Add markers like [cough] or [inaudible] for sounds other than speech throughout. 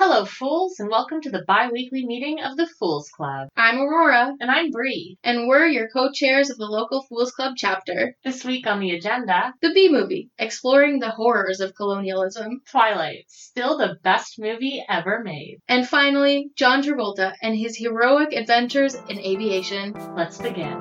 Hello, fools, and welcome to the bi weekly meeting of the Fools Club. I'm Aurora, And I'm Bree. and we're your co chairs of the local Fools Club chapter. This week on the agenda, The B Movie, exploring the horrors of colonialism. Twilight, still the best movie ever made. And finally, John Travolta and his heroic adventures in aviation. Let's begin.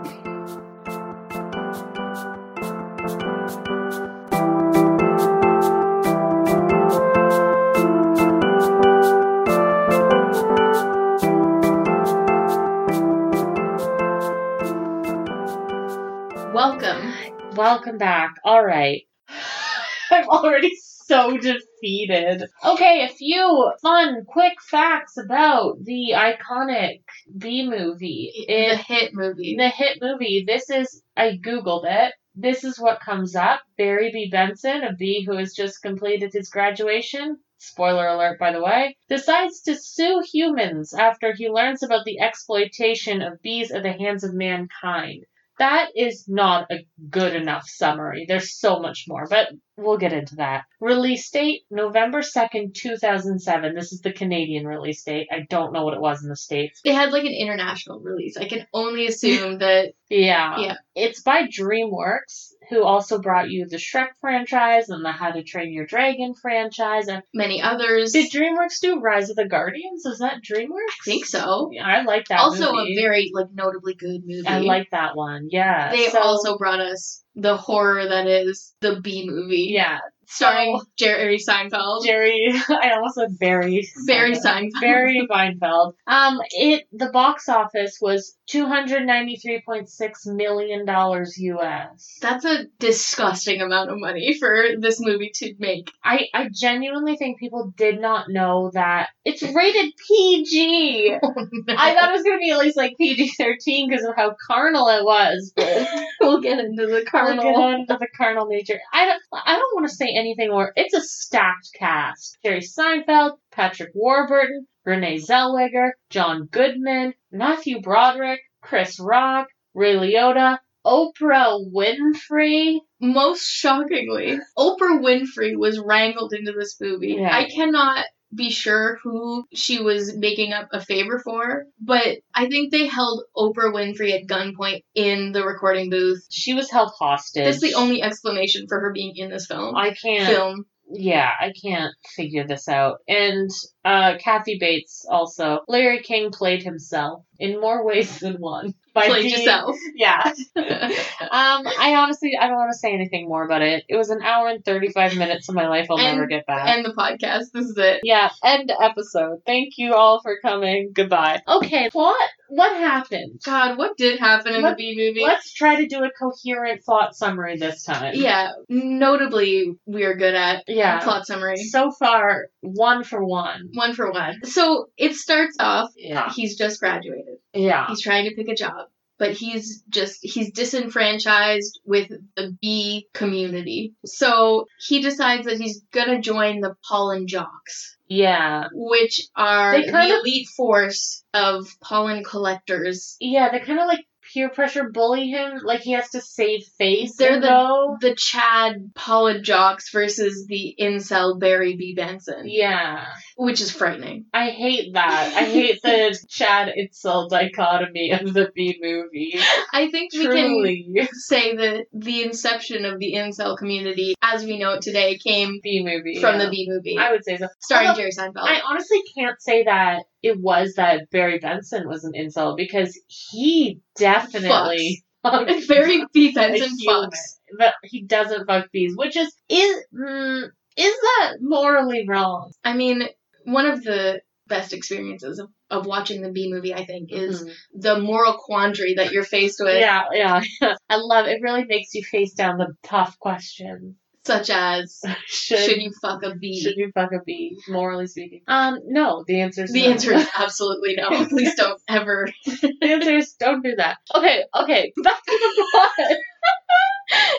Welcome. Welcome back. All right. [sighs] I'm already so defeated. Okay, a few fun, quick facts about the iconic B movie. The It hit movie. the hit movie. This is I googled it. This is what comes up. Barry B. Benson, a B who has just completed his graduation, spoiler alert by the way, decides to sue humans after he learns about the exploitation of bees at the hands of mankind. That is not a good enough summary. There's so much more, but we'll get into that. Release date November 2nd, 2007. This is the Canadian release date. I don't know what it was in the States. They had like an international release. I can [laughs] only assume that Yeah. Yeah. It's by DreamWorks, who also brought you the Shrek franchise and the How to Train Your Dragon franchise. And many others. did DreamWorks do Rise of the Guardians? Is that DreamWorks? I think so. Yeah, I like that also movie. a very like notably good movie. I like that one. Yeah. they So- also brought us the horror that is the B movie. Yeah. Starring So- Jerry Seinfeld. Jerry [laughs] I almost said Barry. Barry Seinfeld. Barry Weinfeld. Um, it the box office was two hundred ninety three point six million dollars US. That's a disgusting amount of money for this movie to make. I, I genuinely think people did not know that it's rated PG. [laughs] I thought it was gonna be at least like PG thirteen because of how carnal it was. we'll get into the Carnal, [laughs] carnal. into the carnal nature. I don't I don't want to say anything more. It's a stacked cast: Jerry Seinfeld, Patrick Warburton, Renee Zellweger, John Goodman, Matthew Broderick, Chris Rock, Ray Liotta, Oprah Winfrey. Most shockingly, Oprah Winfrey was wrangled into this movie. Yeah. I cannot be sure who she was making up a favor for, but I think they held Oprah Winfrey at gunpoint in the recording booth. She was held hostage. That's the only explanation for her being in this film. I can't. Film. yeah, I can't figure this out. And uh, Kathy Bates also. Larry King played himself in more [laughs] ways than one. By Played being- yourself. [laughs] Yeah. Um, I honestly, I don't want to say anything more about it. It was an hour and 35 minutes of my life I'll And- never get back. and the podcast. This is it. yeah, end episode. Thank you all for coming. Goodbye. Okay, what what happened? God, what did happen in What- the B movie? Let's try to do a coherent thought summary this time. Yeah, notably, we are good at Yeah. plot summary. So far, one for one. One for one. So it starts off, Yeah. Ah. he's just graduated. Yeah. He's trying to pick a job, but he's just, he's disenfranchised with the bee community. So he decides that he's gonna join the pollen jocks, Yeah. which are They kind the of- elite force of pollen collectors. Yeah, they kind of like peer pressure bully him. Like he has to save face. They're and the- go. The Chad pollen jocks versus the incel Barry B. Benson, Yeah, which is frightening. I hate that. I hate the [laughs] Chad Itzel dichotomy of the B movie. I think we can Truly, say that the inception of the incel community as we know it today came B movie from the yeah. B movie I would say so. starring Although- Jerry Seinfeld. I honestly can't say that it was that Barry Benson was an insult because he definitely [laughs] And Barry B. Benson a human, fucks. but he doesn't fuck bees, which is is mm, is that morally wrong? I mean, one of the best experiences of, of watching the B movie, I think, is Mm-hmm. the moral quandary that you're faced with, yeah, yeah. [laughs] I love it. Really makes you face down the tough question. such as [laughs] Should should, should, you fuck a bee? you fuck a bee? Morally speaking, um, no. The answer is the no. answer is absolutely no. Please don't ever. [laughs] the answer is don't do that. Okay, okay. Back to the plot.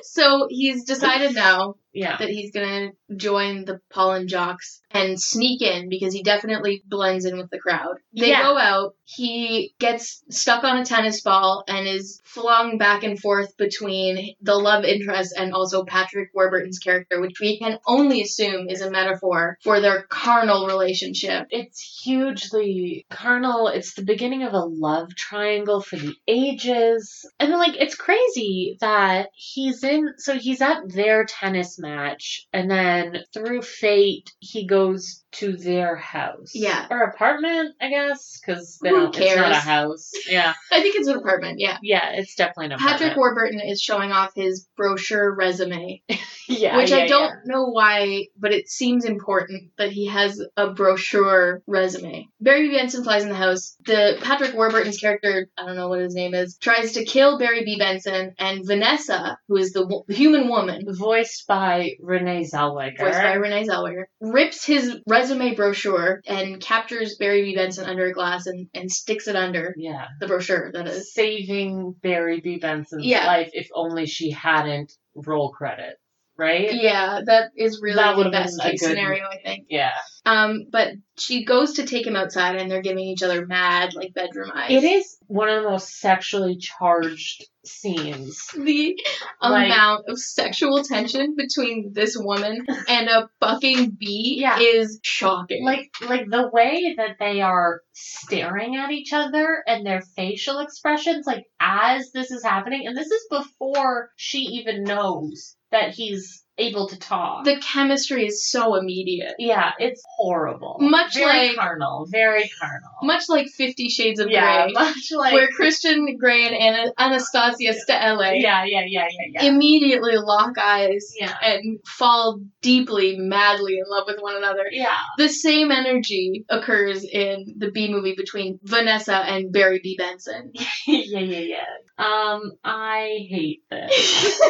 So he's decided now Yeah. that he's gonna join the pollen jocks and sneak in because he definitely blends in with the crowd. They Yeah. go out, he gets stuck on a tennis ball and is flung back and forth between the love interest and also Patrick Warburton's character, which we can only assume is a metaphor for their carnal relationship. It's hugely carnal. It's the beginning of a love triangle for the ages. And like it's crazy that he's in so he's at their tennis match and then through fate he goes to their house. Yeah. Or apartment, I guess, cuz they Who don't it's not a cares? house. Yeah. I think it's an apartment, yeah. Yeah, it's definitely an apartment. Patrick Warburton is showing off his brochure resume yeah, which yeah, I don't yeah. know why, but it seems important that he has a brochure resume. Barry Benson flies in the house. The Patrick Warburton's character, I don't know what his name is, tries to kill Barry B. Benson, and Vanessa, who is the wo- human woman. Voiced by Renee Zellweger. Voiced by Renee Zellweger, rips his resume brochure and captures Barry B. Benson under a glass and, and sticks it under yeah. the brochure, that is. saving Barry B. Benson's Yeah. life if only she hadn't roll credit, right? Yeah, that is really That the would've best been a case good- scenario, I think. Yeah. Um, but she goes to take him outside, and they're giving each other mad, like bedroom eyes. It is one of the most sexually charged scenes. [laughs] the Like- amount of sexual tension between this [laughs] woman and a fucking bee Yeah. is shocking. Like like the way that they are staring at each other and their facial expressions like as this is happening and this is before she even knows that he's able to talk. the chemistry is so immediate, yeah, it's horrible. Much very like- carnal, very carnal. much like Fifty Shades of yeah, Grey, much like where Christian Grey and Ana- Anastasia Steele yeah, yeah, yeah, yeah, yeah. immediately lock eyes. yeah. And fall deeply, madly in love with one another. Yeah. [laughs] The same energy occurs in the B movie between Vanessa and Barry B. [laughs] Benson. yeah, yeah, yeah. Um, I hate this.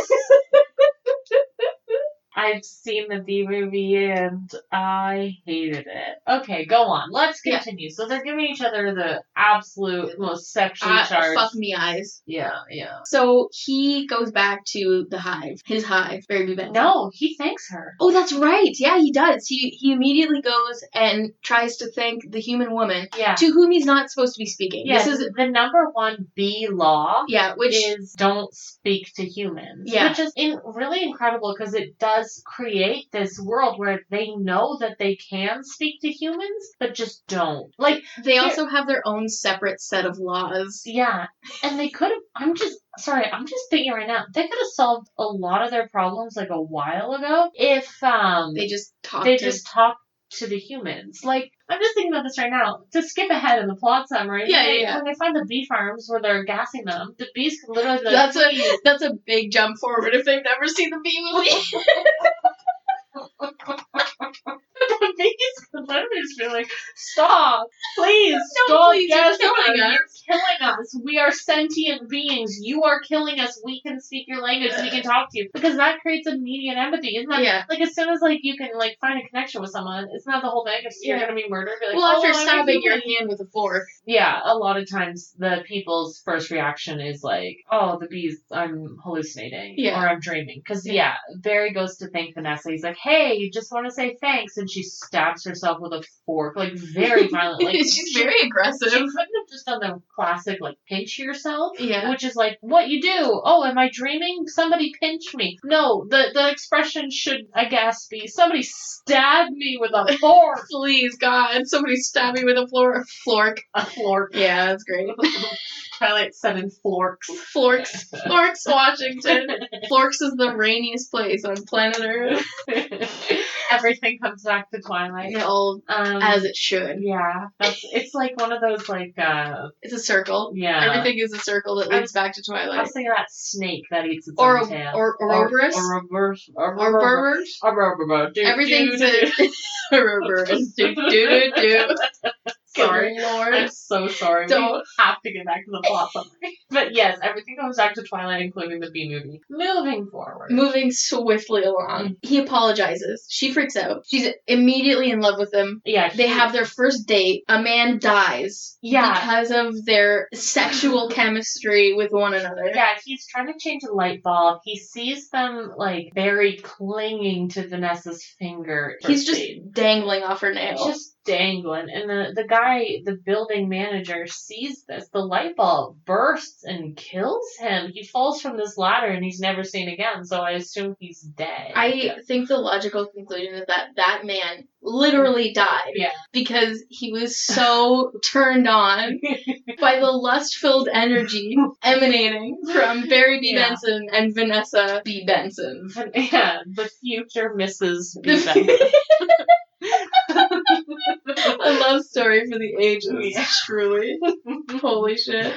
I've seen the B movie and I hated it. Okay, go on. Let's Yeah. continue. So they're giving each other the absolute most sexually Ah, charged. fuck me eyes. Yeah, yeah. So he goes back to the hive, his hive, Barry B. Benson. No, he thanks her. Oh, that's right. Yeah, he does. He he immediately goes and tries to thank the human woman Yeah. to whom he's not supposed to be speaking. yeah, This is the number one B law. yeah, which is don't speak to humans. Yeah. Which is in, really incredible because it does create this world where they know that they can speak to humans, but just don't. Like, they also have their own separate set of laws. yeah. And they could have, I'm just, sorry, I'm just thinking right now, they could have solved a lot of their problems like a while ago if um, They just talk they to just talked to the humans. Like, I'm just thinking about this right now. To skip ahead in the plot summary, Yeah, when they- yeah, yeah. when they find the bee farms where they're gassing them, the bees could literally be like, That's a that's a big jump forward if they've never seen the B movie. [laughs] the bees could literally just be like, stop, please, No, stop please, you're gassing killing us. You're killing us. We are sentient beings. You are killing us. We can speak your language. We can talk to you. Because that creates immediate empathy. Isn't that, Yeah. like, as soon as, like, you can, like, find a connection with someone, it's not the whole thing. If you're Yeah. going to be murdered, be like, well, oh, after I'm a stabbing your human." hand with a [laughs] fork. Yeah, a lot of times the people's first reaction is like, "Oh, the bees, I'm hallucinating, Yeah. or I'm dreaming." Because Yeah. yeah, Barry goes to thank Vanessa. He's like, "Hey, just want to say thanks," and she stabs herself with a fork, like [laughs] very violently. Like, She's she- very She aggressive. couldn't have just done the classic like pinch yourself. [laughs] Yeah. Which is like what you do. Oh, am I dreaming? Somebody pinch me. No, the the expression should I guess be somebody stab me with a fork. Please, God, somebody stab me with a floor flork. a fork. Yeah, that's great. [laughs] Twilight Seven forks. Florks, Florks, Washington. Florks is the rainiest place on planet Earth. [laughs] Everything comes back to Twilight. It all Um, as it should. yeah, that's it's like one of those like uh It's a circle. yeah. Everything is a circle that leads back to I Twilight. was thinking of that snake that eats its Or own tail. or Ouroboros. Or Ouroboros. Or Ouroboros. Berbers. Ouroboros. Do- Everything's do- do- a [laughs] Ouroboros. Do do do do. Sorry. Good Lord. I'm so sorry. Don't- We have to get back to the plot summary. But yes, everything comes back to Twilight, including the B movie. Moving forward. Moving swiftly Mm. along, he apologizes. She freaks out. She's immediately in love with him. yeah, They she- have their first date. A man dies Yeah. because of their sexual chemistry with one another. Yeah, he's trying to change a light bulb. He sees them like very clinging to Vanessa's finger. He's just Proceed. dangling off her It's nail. just dangling, and the the guy, the building manager, sees this. The light bulb bursts and kills him. He falls from this ladder, and he's never seen again. So I assume he's dead. I think the logical conclusion is that that man literally died Yeah. because he was so [laughs] turned on [laughs] by the lust-filled energy emanating from Barry B. Yeah. Benson and Vanessa B. Benson. [laughs] yeah, the future Mrs. The B. Benson. A love story for the ages, Yeah. [laughs] truly. Holy shit.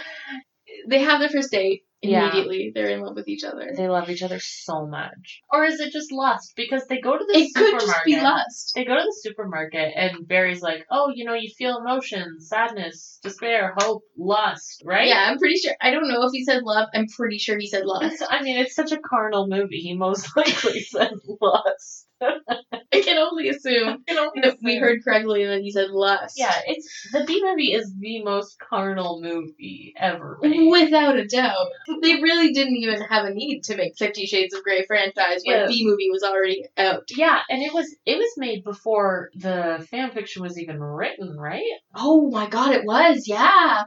They have their first date. Yeah. Immediately, they're in love with each other. [laughs] They love each other so much. Or is it just lust? Because they go to the It could supermarket. just be lust. They go to the supermarket and Barry's like, "Oh, you know, you feel emotions, sadness, despair, hope, lust, right?" Yeah, I'm pretty sure. I don't know if he said love. I'm pretty sure he said lust. I mean, it's such a carnal movie. He most [laughs] likely said lust. [laughs] I can only assume You know, that we heard correctly that he said lust. Yeah, it's the B movie is the most carnal movie ever. made. Without a doubt. They really didn't even have a need to make Fifty Shades of Grey franchise when Yeah. B movie was already out. yeah, and it was it was made before the fan fiction was even written, right? Oh my god, it [gasps] was, yeah.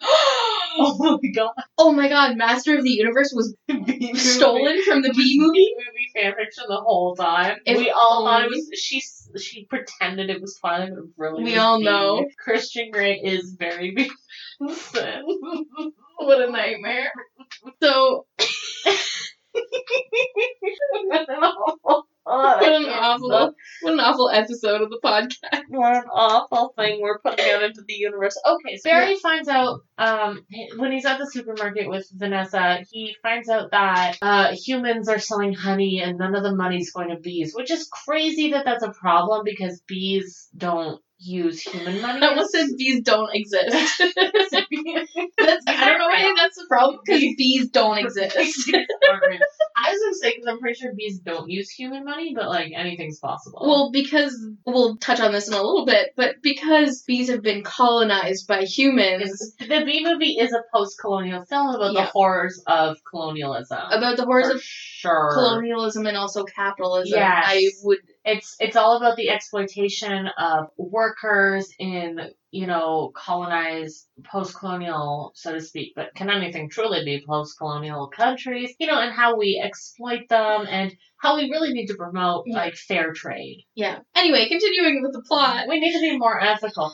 oh my god. Oh my god, Master of the Universe was B movie. stolen from the B movie? movie fanfiction the whole time. If we all thought it only- was she. s- She pretended it was Twilight, but it really, We was all Bee. know. Christian Grey is very [laughs] Benson. What a nightmare. So, what an awful. what an awful, what an awful episode of the podcast. what an awful thing we're putting out into the universe. Okay, so Barry finds out um, when he's at the supermarket with Vanessa, he finds out that uh, humans are selling honey and none of the money's going to bees, which is crazy that that's a problem because bees don't use human money. I almost said bees don't [laughs] exist. That's, I don't know why that's the problem, because bees don't [laughs] exist. I was gonna say because I'm pretty sure bees don't use human money, but like anything's possible. Well, because we'll touch on this in a little bit, but because bees have been colonized by humans, It's- the bee movie is a post-colonial film about the Yeah. horrors of colonialism. about the horrors For of sure. colonialism and also capitalism, Yes. I would it's it's all about the exploitation of workers in you know colonized post-colonial so to speak but can anything truly be post-colonial countries you know and how we exploit them and how we really need to promote Yeah. like fair trade yeah. Anyway, continuing with the plot. we need to be more [laughs] ethical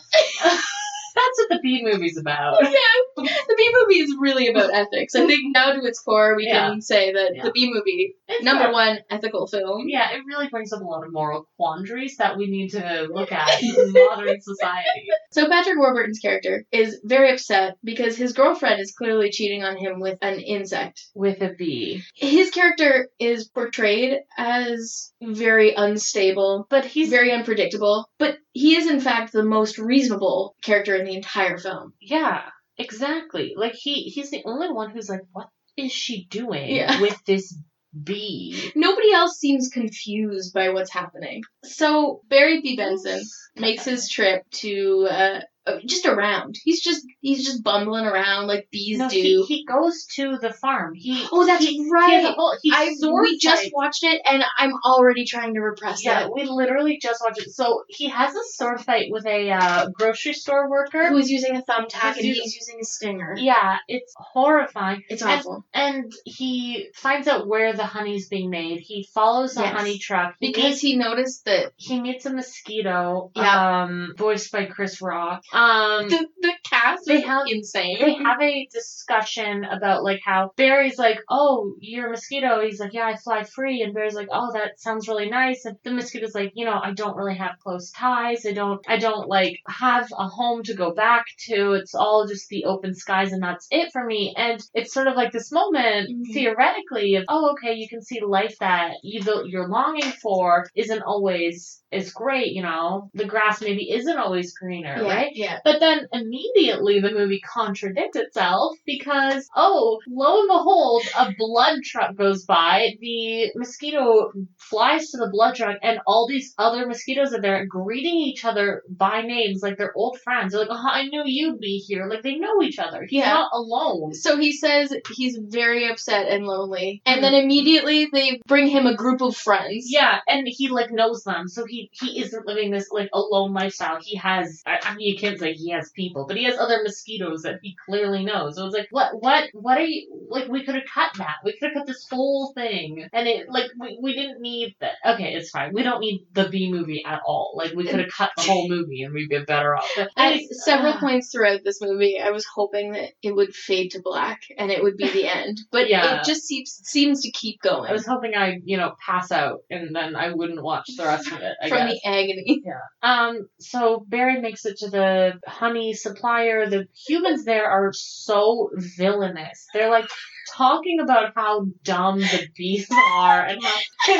that's what the b movie's about Yeah, the bee movie is really about ethics. I think now to its core, we can say that Yeah. the bee movie, It's number not- one, ethical film. yeah, it really brings up a lot of moral quandaries that we need to look [laughs] at in modern society. So Patrick Warburton's character is very upset because his girlfriend is clearly cheating on him with an insect. With a B. His character is portrayed as very unstable, But he's He's very unpredictable, but he is in fact the most reasonable character in the entire film. Yeah, exactly. Like he he's the only one who's like, what is she doing [laughs] Yeah. with this bee? Nobody else seems confused by what's happening. So Barry B. Benson makes his trip to uh, uh, just around. He's just he's just bumbling around like bees no, do. he, he goes to the farm. He oh, that's he, He has a right. whole, he I sword we just fight. watched it and I'm already trying to repress yeah, it. we literally just watched it. So he has a sword fight with a uh, grocery store worker. Who is using a thumbtack He's and using- he's using a stinger. Yeah, it's horrifying. It's And- awful. And he finds out where the honey's being made. He follows the Yes. honey truck He Because he noticed that he meets a mosquito. Yeah. Um, voiced by Chris Rock. Um, the, the cast They is have- insane. they have a discussion about like how Barry's like, "Oh, you're a mosquito." He's like, "Yeah, I fly free," and Barry's like, "Oh, that sounds really nice." And the mosquito's like, "You know, I don't really have close ties. I don't, I don't like have a home to go back to. It's all just the open skies, and that's it for me." And it's sort of like this moment, Mhm. theoretically, of, "Oh, okay, you can see life that you the, you're longing for isn't always is great, you know, the grass maybe isn't always greener, yeah, right? Yeah. But then immediately the movie contradicts itself because, oh, lo and behold, a blood truck goes by. The mosquito flies to the blood truck, and all these other mosquitoes are there greeting each other by names like they're old friends. They're like, oh, I knew you'd be here. Like they know each other. He's Yeah. not alone. So he says he's very upset and lonely. Mhm. And then immediately they bring him a group of friends. Yeah, and he like knows them, so he he isn't living this like alone lifestyle. He has, I, I mean, you can't say he has people, but he has other mosquitoes that he clearly knows. So it's like, what, what, what are you like? We could have cut that. We could have cut this whole thing, and it like we, we didn't need that. Okay, it's fine. We don't need the B movie at all. Like we could have cut the whole movie and we'd be better off. But At it's- several ah. points throughout this movie, I was hoping that it would fade to black and it would [laughs] be the end. But Yeah. it just seems, seems to keep going I was hoping I, you know, pass out and then I wouldn't watch the rest of it. I from guess. the agony. [laughs] Um, so Barry makes it to the honey supplier. The humans there are so villainous. They're like talking about how dumb the bees are and how they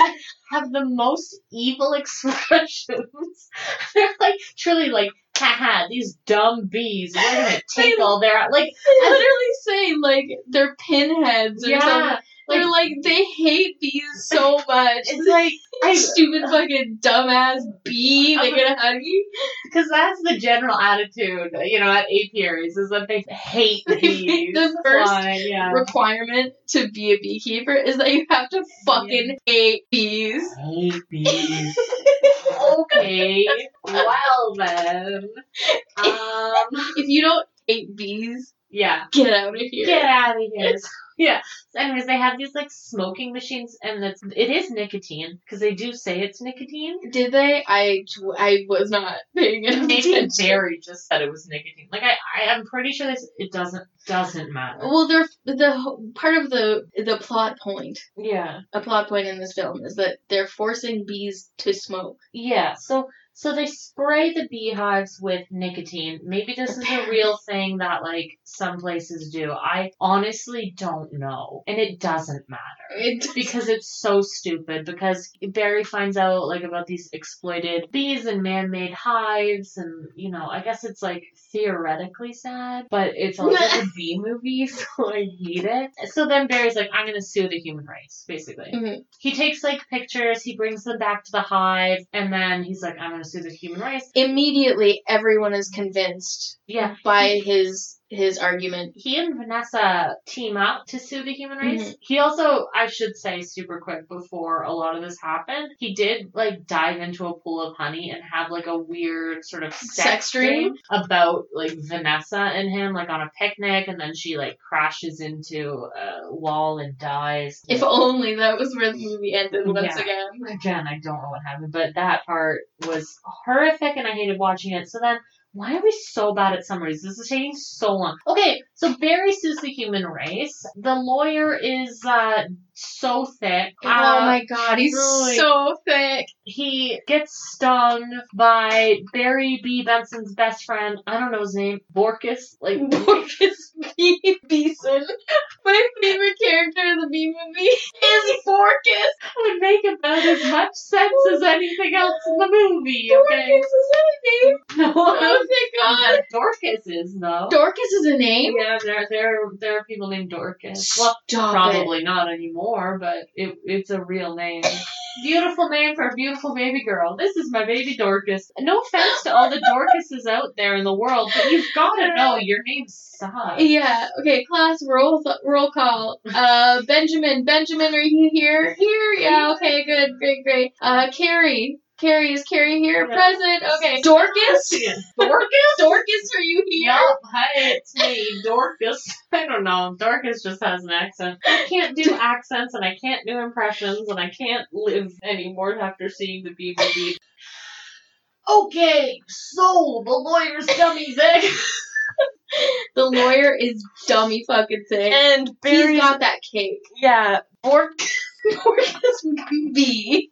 have the most evil [laughs] expressions. [laughs] They're like truly like, haha, these dumb bees, we're [laughs] gonna take all their like They literally say, like, they're pinheads or yeah. something. They're like, they hate bees [laughs] so much. It's like I stupid fucking dumbass [laughs] bee that get a honey. because that's the general attitude, you know, at apiaries is that they hate [laughs] They bees. hate the first Why, yeah. Requirement to be a beekeeper is that you have to fucking hate bees. hate bees. okay. Well then. Um. If you don't hate bees, Yeah. get out of here. Get out of here. Yeah. So anyways, they have these like smoking machines, and it's, it is nicotine because they do say it's nicotine. Did they? I I was not paying enough Maybe attention. Barry just said it was nicotine. Like I, I am pretty sure this it doesn't doesn't matter. Well, they're the whole- part of the the plot point. Yeah. A plot point in this film is that they're forcing bees to smoke. Yeah. So so they spray the beehives with nicotine. Maybe this is a real thing that like some places do. I honestly don't know, and it doesn't matter It, because it's so stupid because Barry finds out like about these exploited bees and man-made hives and you know I guess it's like theoretically sad but it's also a bee movie [laughs] so I hate it so then Barry's like I'm gonna sue the human race basically Mhm. he takes like pictures he brings them back to the hive and then he's like I'm gonna sue the human race immediately, everyone is convinced yeah by his his argument. he and Vanessa team up to sue the human race. Mhm. He also, I should say, super quick before a lot of this happened, he did like dive into a pool of honey and have like a weird sort of sex, Sex dream? dream about like Vanessa and him, like on a picnic, and then she like crashes into a wall and dies. If only that was where the movie ended once Yeah. again. Again, I don't know what happened, but that part was horrific and I hated watching it. So then, why are we so bad at summaries? This is taking so long. Okay, so Barry sues the human race. The lawyer is uh, so thick. oh Uh, my god, he's really- [laughs] so thick. He gets stung by Barry B. Benson's best friend. I don't know his name. Borkus. Like, Borkus B. Beeson. My favorite character in the B movie [laughs] is Borkus. would make about as much sense as anything else in the movie, Borkus okay? is that a name? [laughs] No, Oh [laughs] my Dorcas is, though. god. Dorcas is a name? Yeah, there there there are people named Dorcas. Well, Stop probably not anymore, but it it's a real [laughs] name. Beautiful name for a beautiful baby girl. This is my baby Dorcas. No offense to all the Dorcases out there in the world, but you've got to know your name it. sucks. Yeah, okay, class, roll, roll call. Uh, Benjamin, Benjamin, are you here? Here, yeah, okay, good, great, great. Uh, Carrie, Carrie, is Carrie here? Yeah. Present, okay. Dorcas? Dorcas? Dorcas, are you here? Yep, [laughs] hey, it's me, Dorcas. [laughs] I don't know. Dorcas just has an accent. I can't [laughs] do accents, and I can't do impressions, and I can't live anymore after seeing the BBB. [sighs] Okay, so the lawyer's dummy thing. The lawyer is dummy fucking [laughs] thick. And He's [laughs] Barry's- got that cake. yeah, Bork Dorcas B.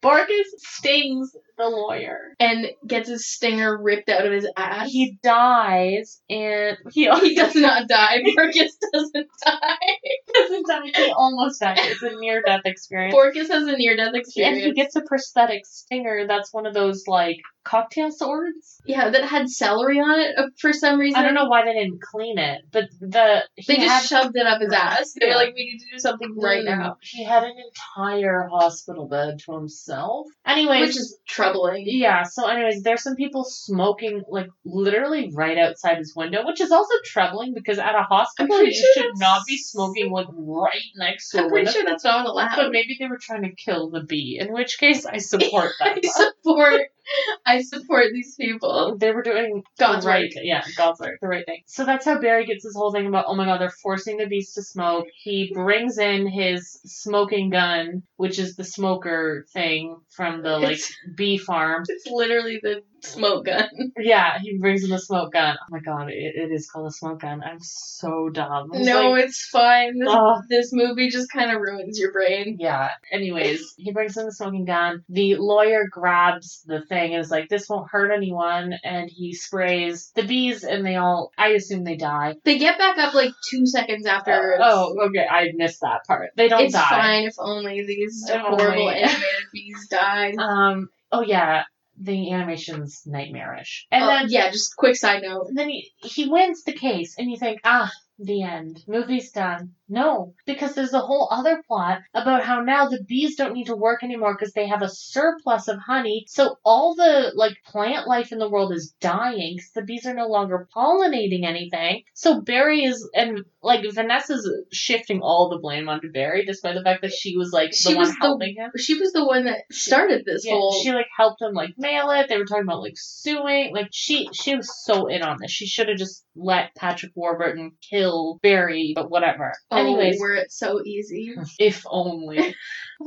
Borges stings the lawyer. and gets his stinger ripped out of his ass. He dies, and he [laughs] He does not die. Borges doesn't die. doesn't die. He almost dies. It's a near death experience. Borges has a near death and he experience. gets a prosthetic stinger that's one of those like cocktail swords. yeah, that had celery on it uh, for some reason. I don't know why they didn't clean it, but the he They had- Mm. just shoved it up his ass. They were Yeah. like, we need to do something right now. He had an entire hospital bed to himself. Anyways, Which is troubling. yeah. So, anyways, there's some people smoking like literally right outside his window, which is also troubling because at a hospital pretty you sure should that's- not be smoking like right next to I'm a pretty window. sure that's not allowed. But maybe they were trying to kill the bee, in which case I support [laughs] that. [laughs] I support I support these people. They were doing God's the right, work. yeah, God's work, the right thing. So that's how Barry gets this whole thing about oh my god, they're forcing the beast to smoke. He brings in his smoking gun, which is the smoker thing from the like It's- bee farm. It's literally the smoke gun. Yeah, he brings in the smoke gun. Oh my god, it, it is called a smoke gun. I'm so dumb. I was No, like, "Oh." it's fine. This, Ugh. this movie just kind of ruins your brain. Yeah. Anyways, he brings in the smoking gun. The lawyer grabs the thing and is like, "This won't hurt anyone," and he sprays the bees, and they all, I assume, they die. They get back up like two seconds after. it's- oh, okay. I missed that part. They don't it's die. Oh fine if only these If horrible only. animated bees died. Um. Oh yeah. The animation's nightmarish. And Uh, then yeah, just quick side note. And then he, he wins the case, and you think, ah, the end. Movie's done. No, because there's a whole other plot about how now the bees don't need to work anymore because they have a surplus of honey. So all the like plant life in the world is dying because the bees are no longer pollinating anything. So Barry is and like Vanessa's shifting all the blame onto Barry, despite the fact that she was like She the one was the- helping him. She was the one that started this Yeah, whole. Mm. she like helped him like mail it. They were talking about like suing. Like she she was so in on this. She should have just let Patrick Warburton kill Barry, but whatever. oh, Anyways, were it so [laughs] easy? if only, [laughs]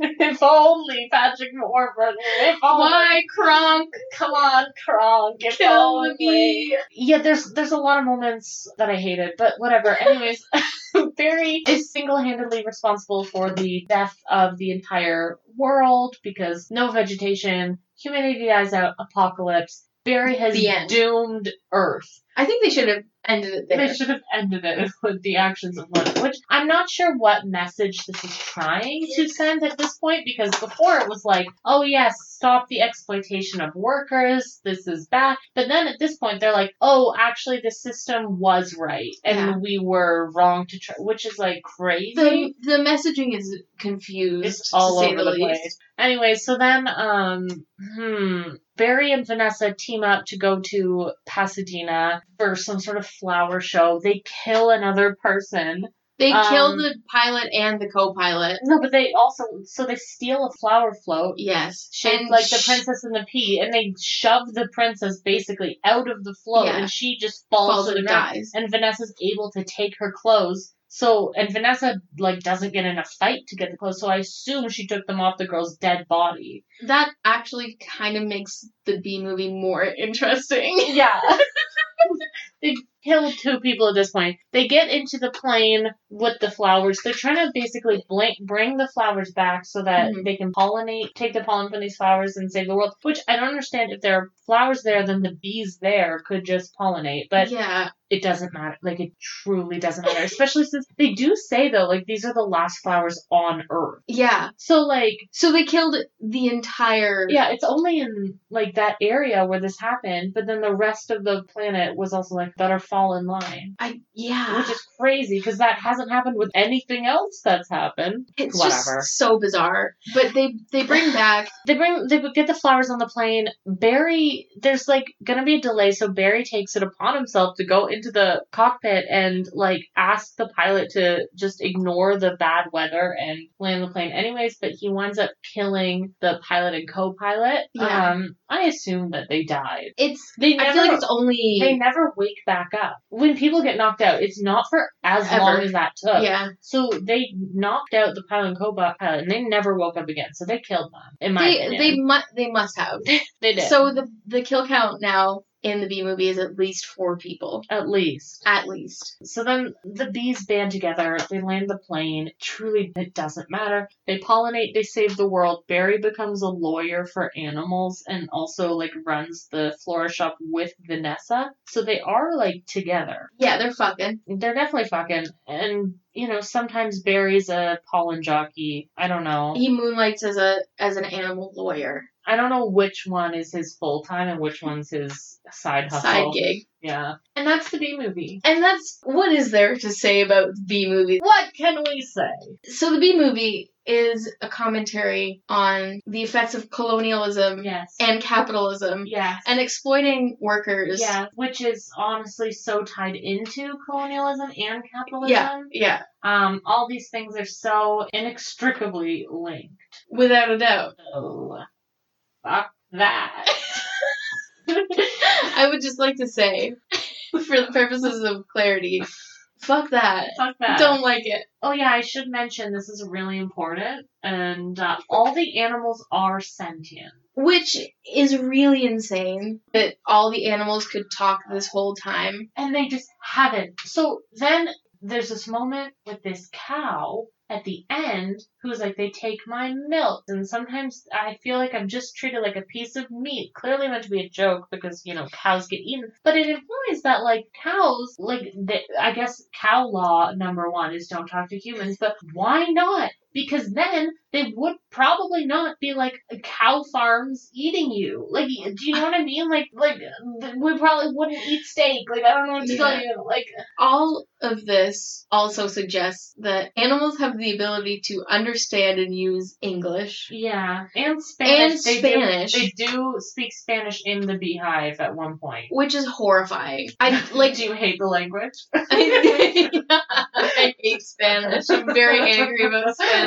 if only Patrick Warburton. If only, Why, Kronk? come on, Kronk. If Kill only. the bee. Yeah, there's there's a lot of moments that I hated, but whatever. Anyways, [laughs] Barry is single-handedly responsible for the death of the entire world because no vegetation, humanity dies out, apocalypse. Barry has The end. doomed Earth. I think they should have ended it there. They should have ended it [laughs] with the actions of one, which I'm not sure what message this is trying to send at this point because before it was like, oh yes, stop the exploitation of workers, this is bad. But then at this point they're like, oh, actually the system was right and Yeah. we were wrong to try, which is like crazy. the the messaging is confused. It's all to say over the, least. place. Anyway, so then, um, hmm, Barry and Vanessa team up to go to Pasadena for some sort of flower show. They kill another person. They Um, kill the pilot and the co-pilot. No, but they also so they steal a flower float. Yes, Shaped And like the sh- princess and the pea, and they shove the princess basically out of the float, Yeah. and she just falls, falls to the and ground. dies. and Vanessa's able to take her clothes. So and Vanessa like doesn't get in a fight to get the clothes, so I assume she took them off the girl's dead body. That actually kind of makes the B movie more [laughs] interesting. Yeah. [laughs] They've killed two people at this point. They get into the plane with the flowers. They're trying to basically blank, bring the flowers back so that Mhm. they can pollinate, take the pollen from these flowers and save the world. Which I don't understand. If there are flowers there, then the bees there could just pollinate. But yeah, it doesn't matter. Like, it truly doesn't matter. Especially since they do say, though, like, these are the last flowers on Earth. yeah. So, like, So they killed the entire. yeah, it's only in like that area where this happened, but then the rest of the planet was also like better fall in line, I yeah. which is crazy because that hasn't happened with anything else that's happened. it's whatever. just so bizarre. But they they [sighs] bring back They bring they get the flowers on the plane. Barry, there's like gonna be a delay, so Barry takes it upon himself to go into the cockpit and like ask the pilot to just ignore the bad weather and land the plane anyways. But he winds up killing the pilot and co-pilot. Yeah. Um, I assume that they died. it's. They I never, feel like it's only they never wake back up. When people get knocked out, it's not for as Ever. long as that took. yeah. So they knocked out the pilot and co-pilot, and they never woke up again. So they killed them. In my They opinion, they must they must have. they did. So the the kill count now in the B movie is at least four people. at least. At least. So then the bees band together, they land the plane. Truly, it doesn't matter. They pollinate, they save the world. Barry becomes a lawyer for animals and also, like, runs the flora shop with Vanessa. So they are, like, together. Yeah, they're fucking. They're definitely fucking. And, you know, sometimes Barry's a pollen jockey. I don't know. He moonlights as a as an animal lawyer. I don't know which one is his full time and which one's his side hustle. Side gig. Yeah. And that's the B movie. And that's what is there to say about B movie? What? Can we say? So the B movie is a commentary on the effects of colonialism Yes. and capitalism yes. and exploiting workers. yeah, which is honestly so tied into colonialism and capitalism. Yeah, Um, all these things are so inextricably linked. without a doubt. So, [laughs] fuck that. I would just like to say, [laughs] for the purposes of clarity, fuck that. Fuck [laughs] that. Don't like it. Oh yeah, I should mention this is really important, and uh, all the animals are sentient. Which is really insane that all the animals could talk this whole time. and they just haven't. So then there's this moment with this cow at the end who's like, they take my milk. And sometimes I feel like I'm just treated like a piece of meat. Clearly meant to be a joke because, you know, cows get eaten. But it implies that, like, cows, like, they, I guess cow law number one is don't talk to humans, but why not? Because then they would probably not be like cow farms eating you. Like, do you know what I mean? Like, like th- we probably wouldn't eat steak. Like, I don't know what to tell you. Like, All of this also suggests that animals have the ability to understand and use English. yeah, and Spanish. And they Spanish. Do, they do speak Spanish in the beehive at one point. Which is horrifying. [laughs] I like. [laughs] do you hate the language? I, I hate Spanish. I'm very angry [laughs] about Spanish.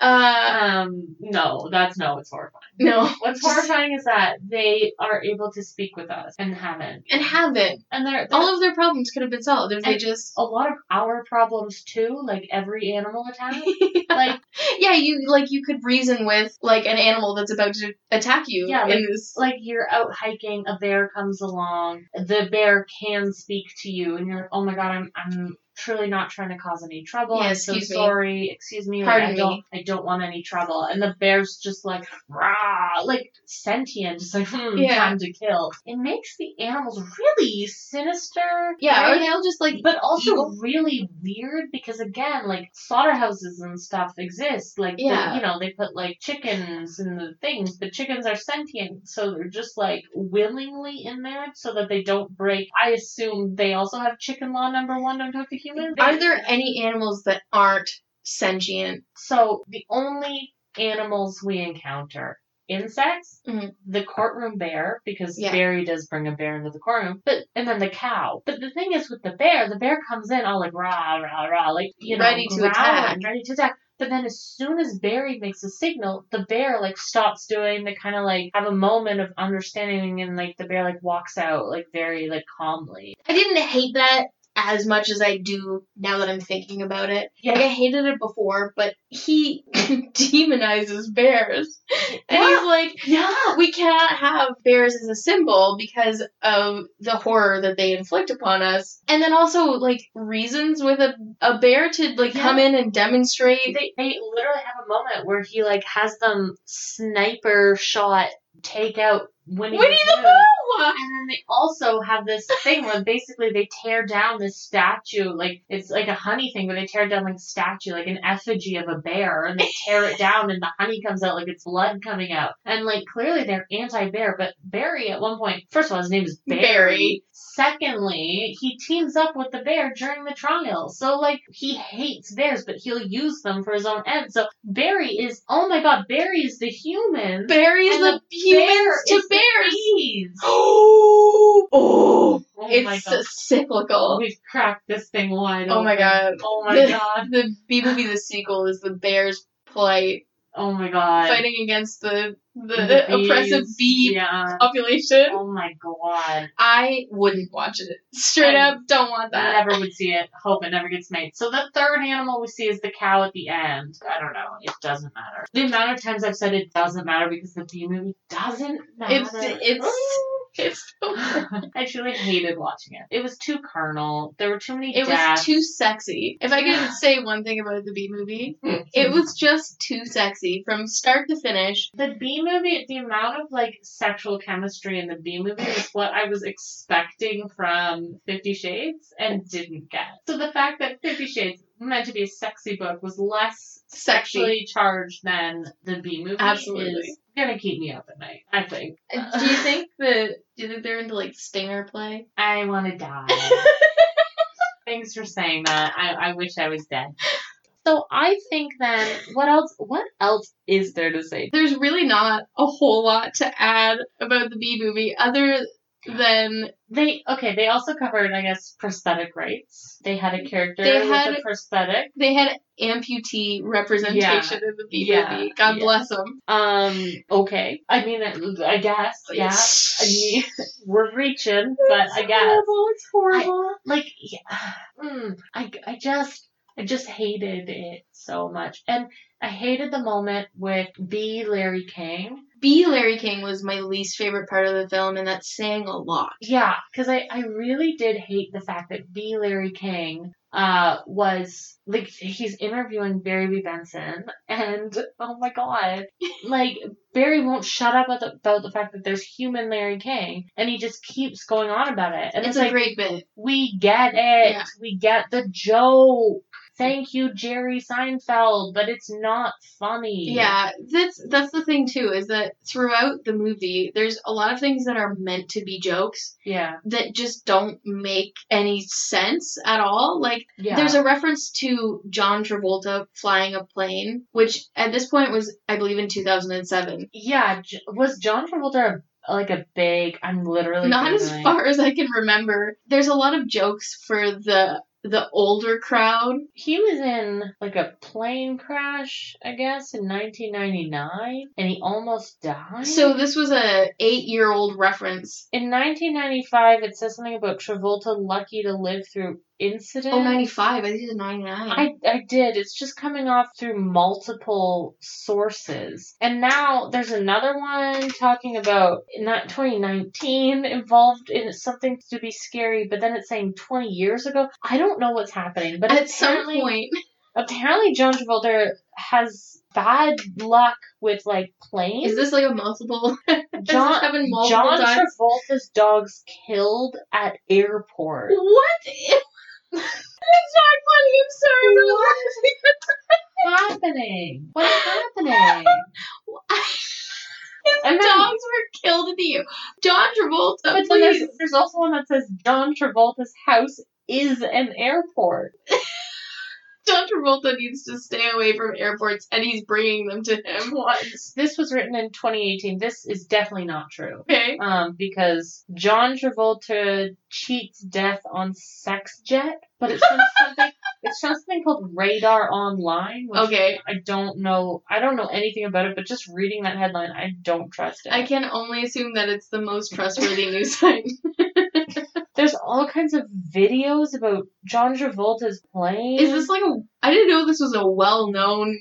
Uh, Um, no, that's no. It's horrifying. no, What's Just- horrifying is that they are able to speak with us and haven't, and haven't. and they're, they're All of their problems could have been solved if they And- just. a lot of our problems too. Like every animal [laughs] attack. like yeah, you like you could reason with like an animal that's about to attack you. Yeah, in this. like you're out hiking, a bear comes along, the bear can speak to you, and you're like, oh my god, I'm I'm truly not trying to cause any trouble. Yeah, I'm so excuse me. sorry. Excuse me. like, Pardon I me. don't I don't want any trouble. And the bear's just like rah, like sentient, just like hmm, Yeah. time to kill. It makes the animals really sinister. yeah, or right? they'll just like But also evil. really weird because again, like slaughterhouses and stuff exist. Like they- Yeah. you know, they put like chickens in the things, but chickens are sentient, so they're just like willingly in there so that they don't break. I assume they also have chicken law number one. Don't talk to humans. Are there any animals that aren't sentient? So the only animals we encounter insects, Mhm. the courtroom bear, because Yeah. Barry does bring a bear into the courtroom, but and then the cow. But the thing is with the bear, the bear comes in all like rah rah rah, like you know, Ready to growling, attack. ready to attack. But then as soon as Barry makes a signal, the bear like stops doing the kind of like have a moment of understanding and like the bear like walks out like very like calmly. I didn't hate that as much as I do now that I'm thinking about it. Like I hated it before, but he [laughs] demonizes bears. And he's like, Yeah. we cannot have bears as a symbol because of the horror that they inflict upon us. And then also like reasons with a a bear to like Yeah. come in and demonstrate they, they literally have a moment where he like has them sniper shot take out Winnie, Winnie the Pooh. Pooh! And then they also have this thing where basically they tear down this statue, like it's like a honey thing, where they tear down like a statue, like an effigy of a bear, and they tear it down, and the honey comes out like it's blood coming out. And like clearly they're anti-bear, but Barry at one point, first of all, his name is Barry. Barry. Secondly, he teams up with the bear during the trial, so like he hates bears, but he'll use them for his own end. So Barry is, oh my god, Barry is the human. Barry is And the humans bear to is the bears. bees. [gasps] Oh, oh, Oh my it's god. cyclical. We've cracked this thing wide Oh my open. god. Oh [laughs] my god. The B movie, the sequel, is the bears plight Oh my god. fighting against the the, oppressive bee Yeah. population. Oh my god. I wouldn't watch it. Straight I- up, don't want I that. never would see it. Hope it never gets made. So the third animal we see is the cow at the end. I don't know. It doesn't matter. The amount of times I've said it doesn't matter because the bee movie doesn't matter. It's [gasps] it's it's. I truly hated watching it. It was too carnal. There were too many It was deaths. too sexy. If I could say one thing about the B movie, it was just too sexy from start to finish. the B movie, the amount of like sexual chemistry in the B movie is what I was expecting from Fifty Shades and didn't get. So the fact that Fifty Shades meant to be a sexy book was less Sexy. sexually charged than the B movie Absolutely. is gonna keep me up at night. I think. Uh, Do [laughs] you think that do you think they're into like stinger play? I want to die. [laughs] Thanks for saying that. I, I wish I was dead. So I think then, what else? What else is there to say? [laughs] There's really not a whole lot to add about the B movie other than They okay. They also covered, I guess, prosthetic rights. They had a character They with had- a prosthetic. they had amputee representation in the B Yeah. movie. God Yeah. bless them. Um. Okay. I mean, I- I guess. Yeah. I [laughs] mean, [laughs] we're reaching, but I guess. It's horrible. like yeah, mm, I, I just I just hated it so much, and I hated the moment with B Larry King. B Larry King was my least favorite part of the film, and that's saying a lot. Yeah, because I I really did hate the fact that B Larry King uh was like he's interviewing Barry B Benson, [laughs] and oh my god, like Barry won't shut up about the, about the fact that there's human Larry King, and he just keeps going on about it, and it's, It's a like great bit. We get it. Yeah. We get the joke. Thank you, Jerry Seinfeld, but it's not funny. Yeah, that's that's the thing too is that throughout the movie, there's a lot of things that are meant to be jokes Yeah. that just don't make any sense at all. Like Yeah. there's a reference to John Travolta flying a plane, which at this point was I believe in 2007. yeah. J- Was John Travolta a, like a big? I'm literally Not as Googling. far as I can remember. There's a lot of jokes for the the older crowd. He was in like a plane crash, I guess, in 1999, and he almost died. So this was a 8-year-old reference. in 1995, it says something about Travolta lucky to live through incident. Oh, 95. I think it's 99. I, I did. It's just coming off through multiple sources. And now there's another one talking about not 2019 involved in something to be scary, but then it's saying 20 years ago. I don't know what's happening, but At some apparently, point, [laughs] apparently John Travolta has bad luck with like planes. is this like a multiple? [laughs] John, John happened multiple John times? Travolta's dogs killed at [laughs] airport. what? [laughs] It's not funny. I'm sorry. I'm laughing. What's happening? What's [laughs] happening? His And then- dogs were killed in the U. John Travolta, But then please. there's, there's also one that says John Travolta's house is an airport. John Travolta needs to stay away from airports, and he's bringing them to him. [laughs] This was written in 2018. This is definitely not true. Okay. Um, because John Travolta cheats death on sex jet, but it's from something. It's from something called Radar Online. Which Okay. I don't know. I don't know anything about it, but just reading that headline, I don't trust it. I can only assume that it's the most trustworthy news [laughs] site. There's all kinds of videos about John Travolta's plane. Is this like a? I didn't know this was a well-known.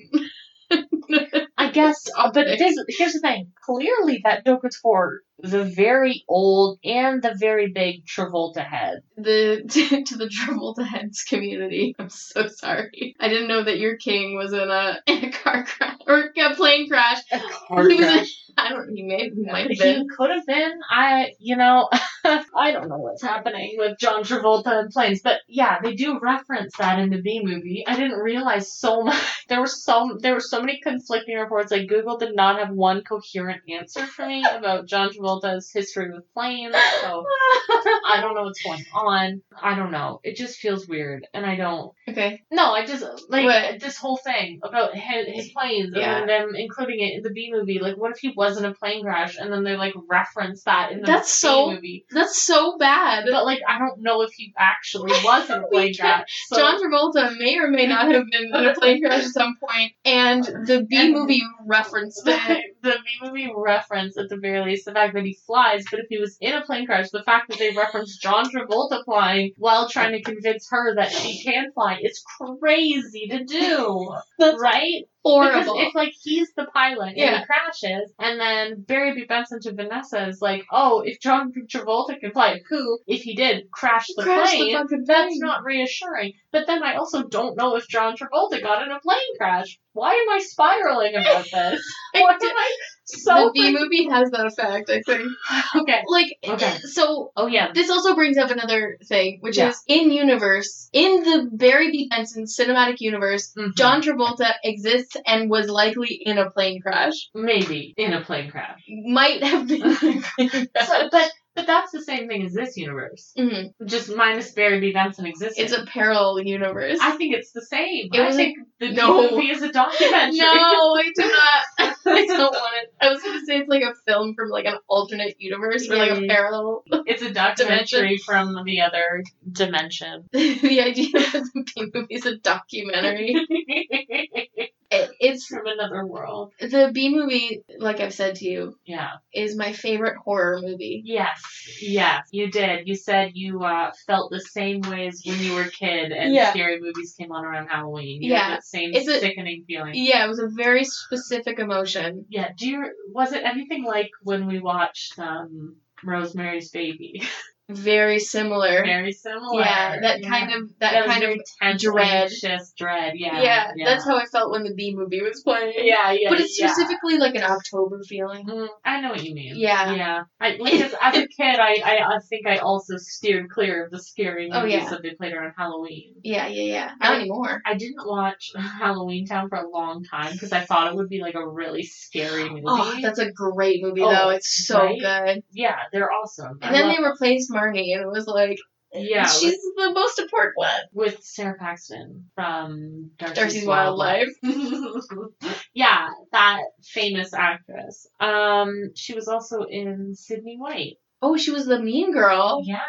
I guess, uh, but Topic. this, here's the thing. Clearly, that joke is for the very old and the very big Travolta head. the to, the [laughs] Travolta Heads community. I'm so sorry. I didn't know that your king was in a [laughs] in a car crash or a plane crash. [laughs] he was. In, I don't. He may he might have He [laughs] been. could have been. I, you know, [laughs] I don't know what's happening with John Travolta and planes, but yeah, they do reference that in the B movie. I didn't realize so [laughs] much. There were so there were so many conflicting reports. Like Google did not have one coherent answer for me about John Travolta Marvel does History with Flames, so I don't know what's going on. I don't know. It just feels weird, and I don't. okay. No, I just like What? this whole thing about his, his planes Yeah. and then them including it in the B movie. Like, what if he was in a plane crash and then they like reference that in the That's B so- movie? That's so bad. But like, I don't know if he [laughs] actually was in a plane crash. So, John Travolta may or may not have been in a plane crash at some point, and the B And- movie referenced the, it. the B movie reference at the very least the fact that he flies, but if he was in a plane crash, the fact that they reference John Travolta flying while trying to convince her that she can fly is crazy to do, [laughs] That's right? horrible. Because it's [laughs] like he's the pilot and Yeah. he crashes, and then Barry B. Benson to Vanessa is like, oh, if John Travolta can fly, who, if he did, crash the Crash plane? the fucking That's plane. not reassuring. But then I also don't know if John Travolta got in a plane crash. Why am I spiraling [laughs] about this? I Why am did- I so the B movie has that effect, I think. freaking- [laughs] Okay. Like, Okay. so Oh yeah. this also brings up another thing, which Yeah. is in universe, in the Barry B. Benson cinematic universe, Mhm. John Travolta exists and was likely in a plane crash. maybe in a plane crash. Might have [laughs] been. in a plane So, crash. but but that's the same thing as this universe. Mhm. Just minus Barry B. Benson existing. It's a parallel universe. I think it's the same. It I was think the [laughs] no. B movie is a documentary. [laughs] No, I do not. I don't want it. I was gonna say it's like a film from like an alternate universe or like a Yeah. parallel. [laughs] It's a documentary from the other dimension. [laughs] the idea that the B movie is a documentary. It, it's from another world. the B movie, like I've said to you, Yeah. is my favorite horror movie. Yes, yes, you did. You said you uh, felt the same way as when you were a kid and Yeah. scary movies came on around Halloween. You had Yeah. that same It's a- sickening feeling. Yeah, it was a very specific emotion. yeah, do you, was it anything like when we watched um, Rosemary's Baby? [laughs] Very similar. Very similar. Yeah, that kind of that, that was kind of very tense, dread. anxious dread. Yeah, yeah, That's how I felt when the B movie was playing. yeah, yeah. but it's yeah. specifically like an October feeling. Mm, I know what you mean. Mm-hmm. Yeah. Yeah. I, like, 'cause as [laughs] a kid, I, I, I think I also steered clear of the scary movies Oh, yeah. that they played around Halloween. Yeah, yeah, yeah. I- Not anymore. I didn't watch [laughs] Halloween Town for a long time because I thought it would be like a really scary movie. [gasps] Oh, that's a great movie Oh, though. It's so right? good. yeah, they're awesome. And then they replaced Marnie, and it was like, they yeah, she's the most important one. with, with Sarah Paxton from Darcy's, Darcy's Wildlife. [laughs] yeah, that famous actress. Um, she was also in Sydney White. Oh, she was the mean girl. Yeah,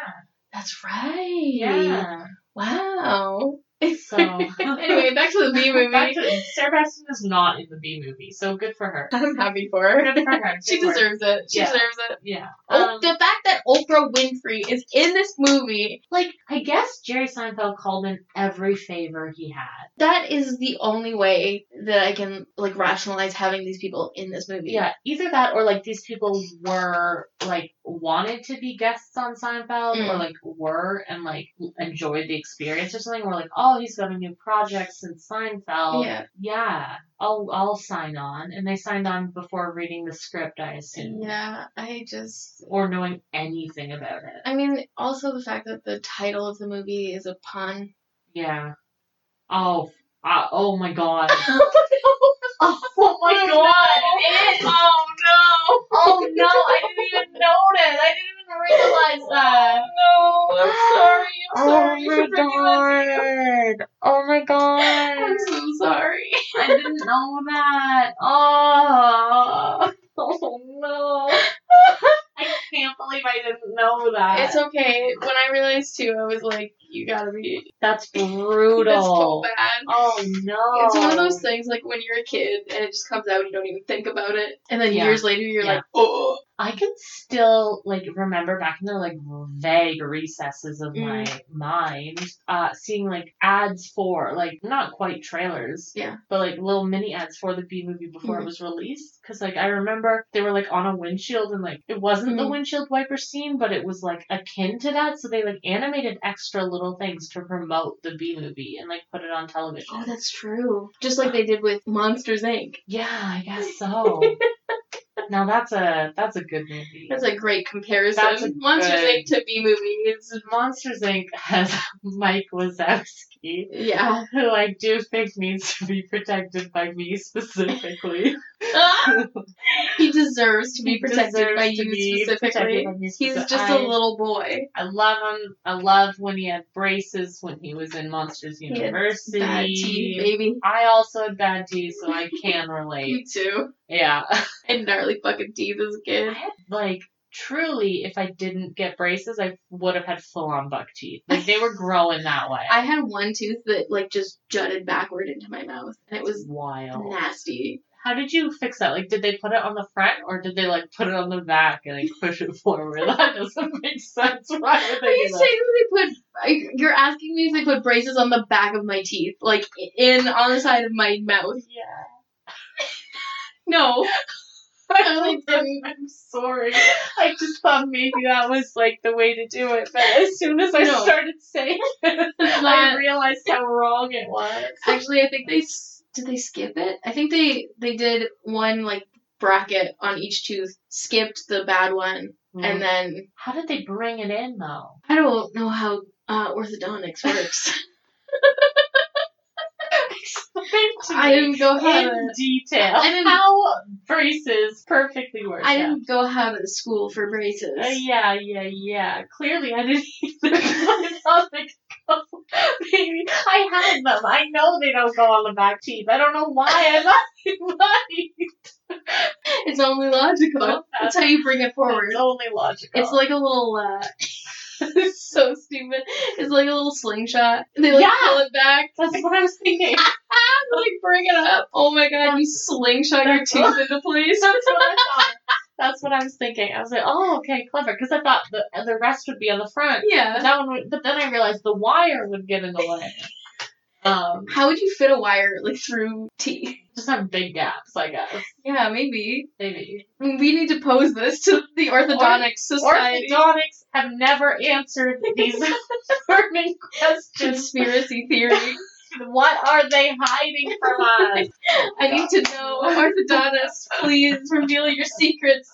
That's right. yeah. Wow. So [laughs] anyway, [laughs] back to the B movie. Back to- Sarah Paxton is not in the B movie, so good for her. I'm happy for her. Good for [laughs] her. She Good work. deserves it. She Yeah. deserves it. Yeah. Oh, Um, the fact that Oprah Winfrey is in this movie, like I guess Jerry Seinfeld called in every favor he had. that is the only way that I can like rationalize having these people in this movie. Yeah, either that or like these people were like wanted to be guests on Seinfeld or Mm. like were and like enjoyed the experience or something. We're like, oh, he's got a new project since Seinfeld. Yeah. Yeah, I'll I'll sign on, and they signed on before reading the script, I assume, Yeah, I just or knowing anything about it. I mean, also the fact that the title of the movie is a pun. Yeah. Oh. Uh, oh my [laughs] god. oh [laughs] oh my no. god. It is. Oh no! Oh no, I didn't even notice. I didn't even realize that. Oh, no, I'm sorry. I'm sorry for bringing that to you. god. Oh my I'm god. so sorry. I didn't know that. Oh. Oh no. I can't believe I didn't know that. It's okay. When I realized too, I was like, you gotta be [laughs] That's That's so [laughs] brutal. bad. Oh no. It's one of those things like when you're a kid and it just comes out and you don't even think about it. And then Yeah. years later you're Yeah. like, oh. I can still like remember back in the like vague recesses of Mm. my mind, uh, seeing like ads for like not quite trailers, Yeah. but like little mini ads for the B movie before Mhm. it was released. Cause like I remember they were like on a windshield and like it wasn't the Mhm. windshield wiper scene, but it was like akin to that. So they like animated extra little things to promote the B movie and like put it on television. [laughs] Oh, that's true. Just like they did with Monsters Inc. Yeah, I guess so. Now that's a that's a good movie. That's a great comparison. That's a Monsters good- Inc. to B movies. Monsters Inc. [laughs] has Mike Wazowski, Yeah. who I do think needs to be protected by me specifically. [laughs] he deserves [laughs] to be He protected deserves by to you be specifically. protected by me He's specific- just I- a little boy. I love him. I love when he had braces when he was in Monsters had University. Bad teeth, baby. I also had bad teeth, so I can relate. [laughs] You too. Yeah. And gnarly fucking teeth as a I kid. had, like, truly, if I didn't get braces, I would have had full on buck teeth. Like, they were growing that way. I had one tooth that like just jutted backward into my mouth, and it was wild. nasty. How did you fix that? Like, did they put it on the front or did they, like, put it on the back and, like, push it forward? [laughs] That doesn't make sense. Why would Are they you do saying that? that they put? I, you're asking me if they put braces on the back of my teeth, like in on the side of my mouth? Yeah. No, I didn't. [laughs] I'm sorry. I just thought maybe that was like the way to do it, but as soon as I No. started saying it, [laughs] it's I not. realized how wrong it was. Actually, I think they s- did they skip it. I think they they did one like bracket on each tooth, skipped the bad one, Mm-hmm. and then how did they bring it in though? I don't know how uh, orthodontics works. Explain [laughs] to I me didn't go how in to, detail I didn't- how braces perfectly work. I out. didn't go how to school for braces. Uh, yeah, yeah, yeah. Clearly, I didn't [laughs] even know they go. Maybe I had them. I know they don't go on the back teeth. I don't know why I lied. Why? [laughs] It's only logical. That's how you bring it forward. It's only logical. It's like a little. uh [laughs] It's so stupid. It's like a little slingshot. They like Yeah. pull it back. That's what I was [laughs] thinking. Ah, like bring it up. Oh my god! You slingshot your tooth into [laughs] place. That's what I thought. That's what I was thinking. I was like, oh, okay, clever. Because I thought the uh, the rest would be on the front. But Yeah. that one, would, but then I realized the wire would get in the way. Um, How would you fit a wire like through teeth? just have big gaps, I guess. Yeah, maybe. Maybe. We need to pose this to the orthodontic society. Orthodontics have never answered [laughs] these burning questions. Conspiracy theory. What are they hiding from [laughs] us? I need to know, orthodontists, please reveal your secrets.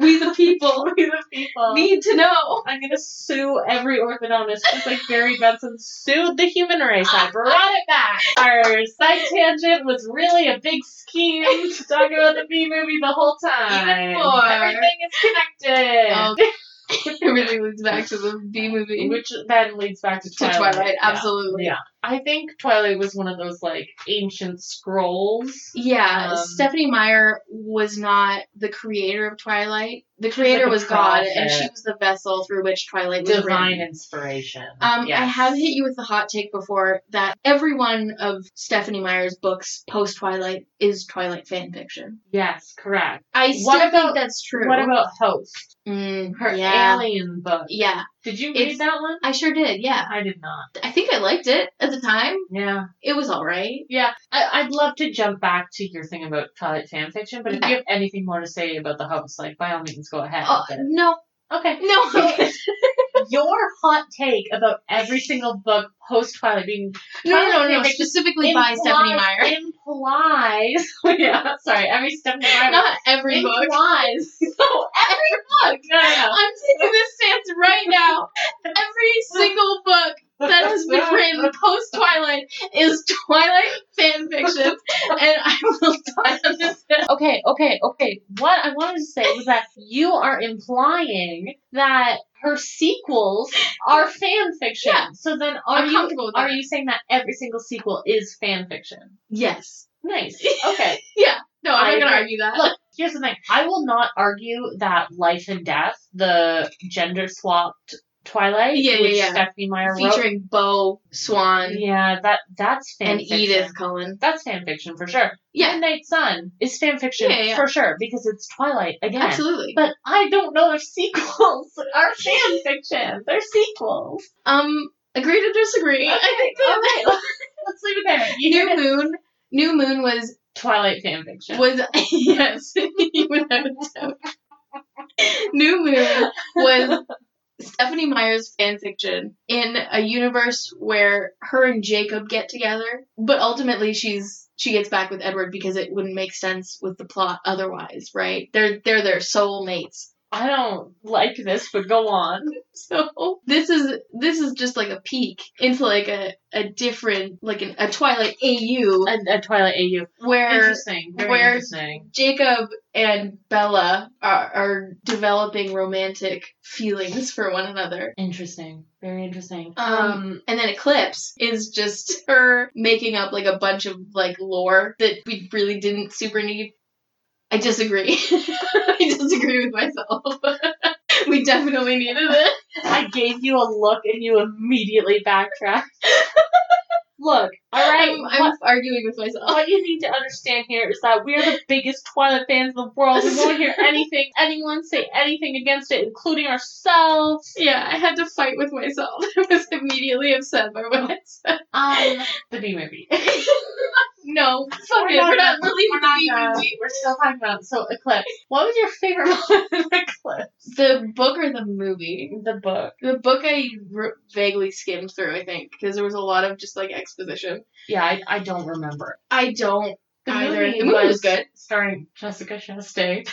We the people We the people. need to know. I'm gonna sue every orthodontist, just like Barry Benson sued the human race. I brought it back. Our side tangent was really a big scheme to talk about the B movie the whole time. Even more. Everything is connected. Um, [laughs] Everything leads back to the B movie. [laughs] which then leads back to to Twilight. Twilight, Yeah. absolutely. Yeah. I think Twilight was one of those like ancient scrolls. Yeah, Um, Stephanie Meyer was not the creator of Twilight. The creator like a was God, and prophet. she was the vessel through which Twilight was Divine written. inspiration. Um, I Yes. have hit you with the hot take before that every one of Stephanie Meyer's books post Twilight is Twilight fan fiction. Yes, correct. I still What about- think that's true. What about Host? Mm, Her yeah. alien book. Yeah, Did you read It's- that one? I sure did. Yeah, I did not. I think I liked it at the time. Yeah. It was all right. Yeah. I, I'd love to jump back to your thing about Twilight fan fiction, but if Yeah. you have anything more to say about the host, like by all means go ahead. Oh but- no, okay. [laughs] no, Your hot take about every single book post Twilight being no, no, no, Twilight no! Specifically by Stephanie Meyer. Implies. [laughs] yeah, sorry. Every Stephanie Meyer. [laughs] [laughs] Not every book. implies. No, every book. No, no, [laughs] I'm taking this stance right now. Every single book no. [laughs] that has been [laughs] written post Twilight is Twilight fan fiction, and I will die on this hill. Okay, okay, okay. What I wanted to say was that you are implying that her sequels are fan fiction. Yeah. So then, are I'm you comfortable with are that. you saying that every single sequel is fan fiction? Yes. [laughs] Nice. Okay. I No, I'm not gonna agree. argue that. Look, here's the thing. I will not argue that Life and Death, the gender swapped Twilight, Yeah, yeah, which yeah. Stephanie Meyer wrote, featuring Bo Swan Yeah, that that's fan and fiction. Edith Cullen. That's fan fiction for sure. Yeah, Midnight Sun is fan fiction Yeah, yeah. for sure because it's Twilight again. absolutely. But I don't know if sequels [laughs] are fan fiction. They're sequels. Um, agree to disagree. [laughs] I think All right, that let's leave it there. You hear [laughs] New it? Moon. New Moon was Twilight fan fiction. was [laughs] yes, without a doubt. New Moon was Stephanie Meyer's fanfiction in a universe where her and Jacob get together, but ultimately she's she gets back with Edward because it wouldn't make sense with the plot otherwise, right? They're they're their soulmates. I don't like this, but go on. So this is this is just like a peek into like a, a different like an, a Twilight AU A, a Twilight AU. where Interesting. Very where- interesting. Jacob and Bella are, are developing romantic feelings for one another. Interesting. Very interesting. Um, and then Eclipse is just her making up like a bunch of like lore that we really didn't super need. I disagree. [laughs] I disagree with myself. [laughs] we definitely needed it. Um, [laughs] I gave you a look and you immediately backtracked. [laughs] look, alright. I'm, what- I'm arguing with myself. What you need to understand here is that we're the biggest Twilight fans in the world. We won't [laughs] hear anything, anyone say anything against it, including ourselves. Yeah, I had to fight with myself. [laughs] I was immediately upset by what I said. Um, the B [laughs] movie. No, fuck We're it. not We're not done. really We're not leaving done. the We're still talking about so Eclipse. What was your favorite [laughs] moment in Eclipse? The book or the movie? The book. The book I r- vaguely skimmed through, I think, because there was a lot of just like exposition. Yeah, I, I don't remember. I don't The either. movie the movie was good. Starring Jessica [laughs] Chastain.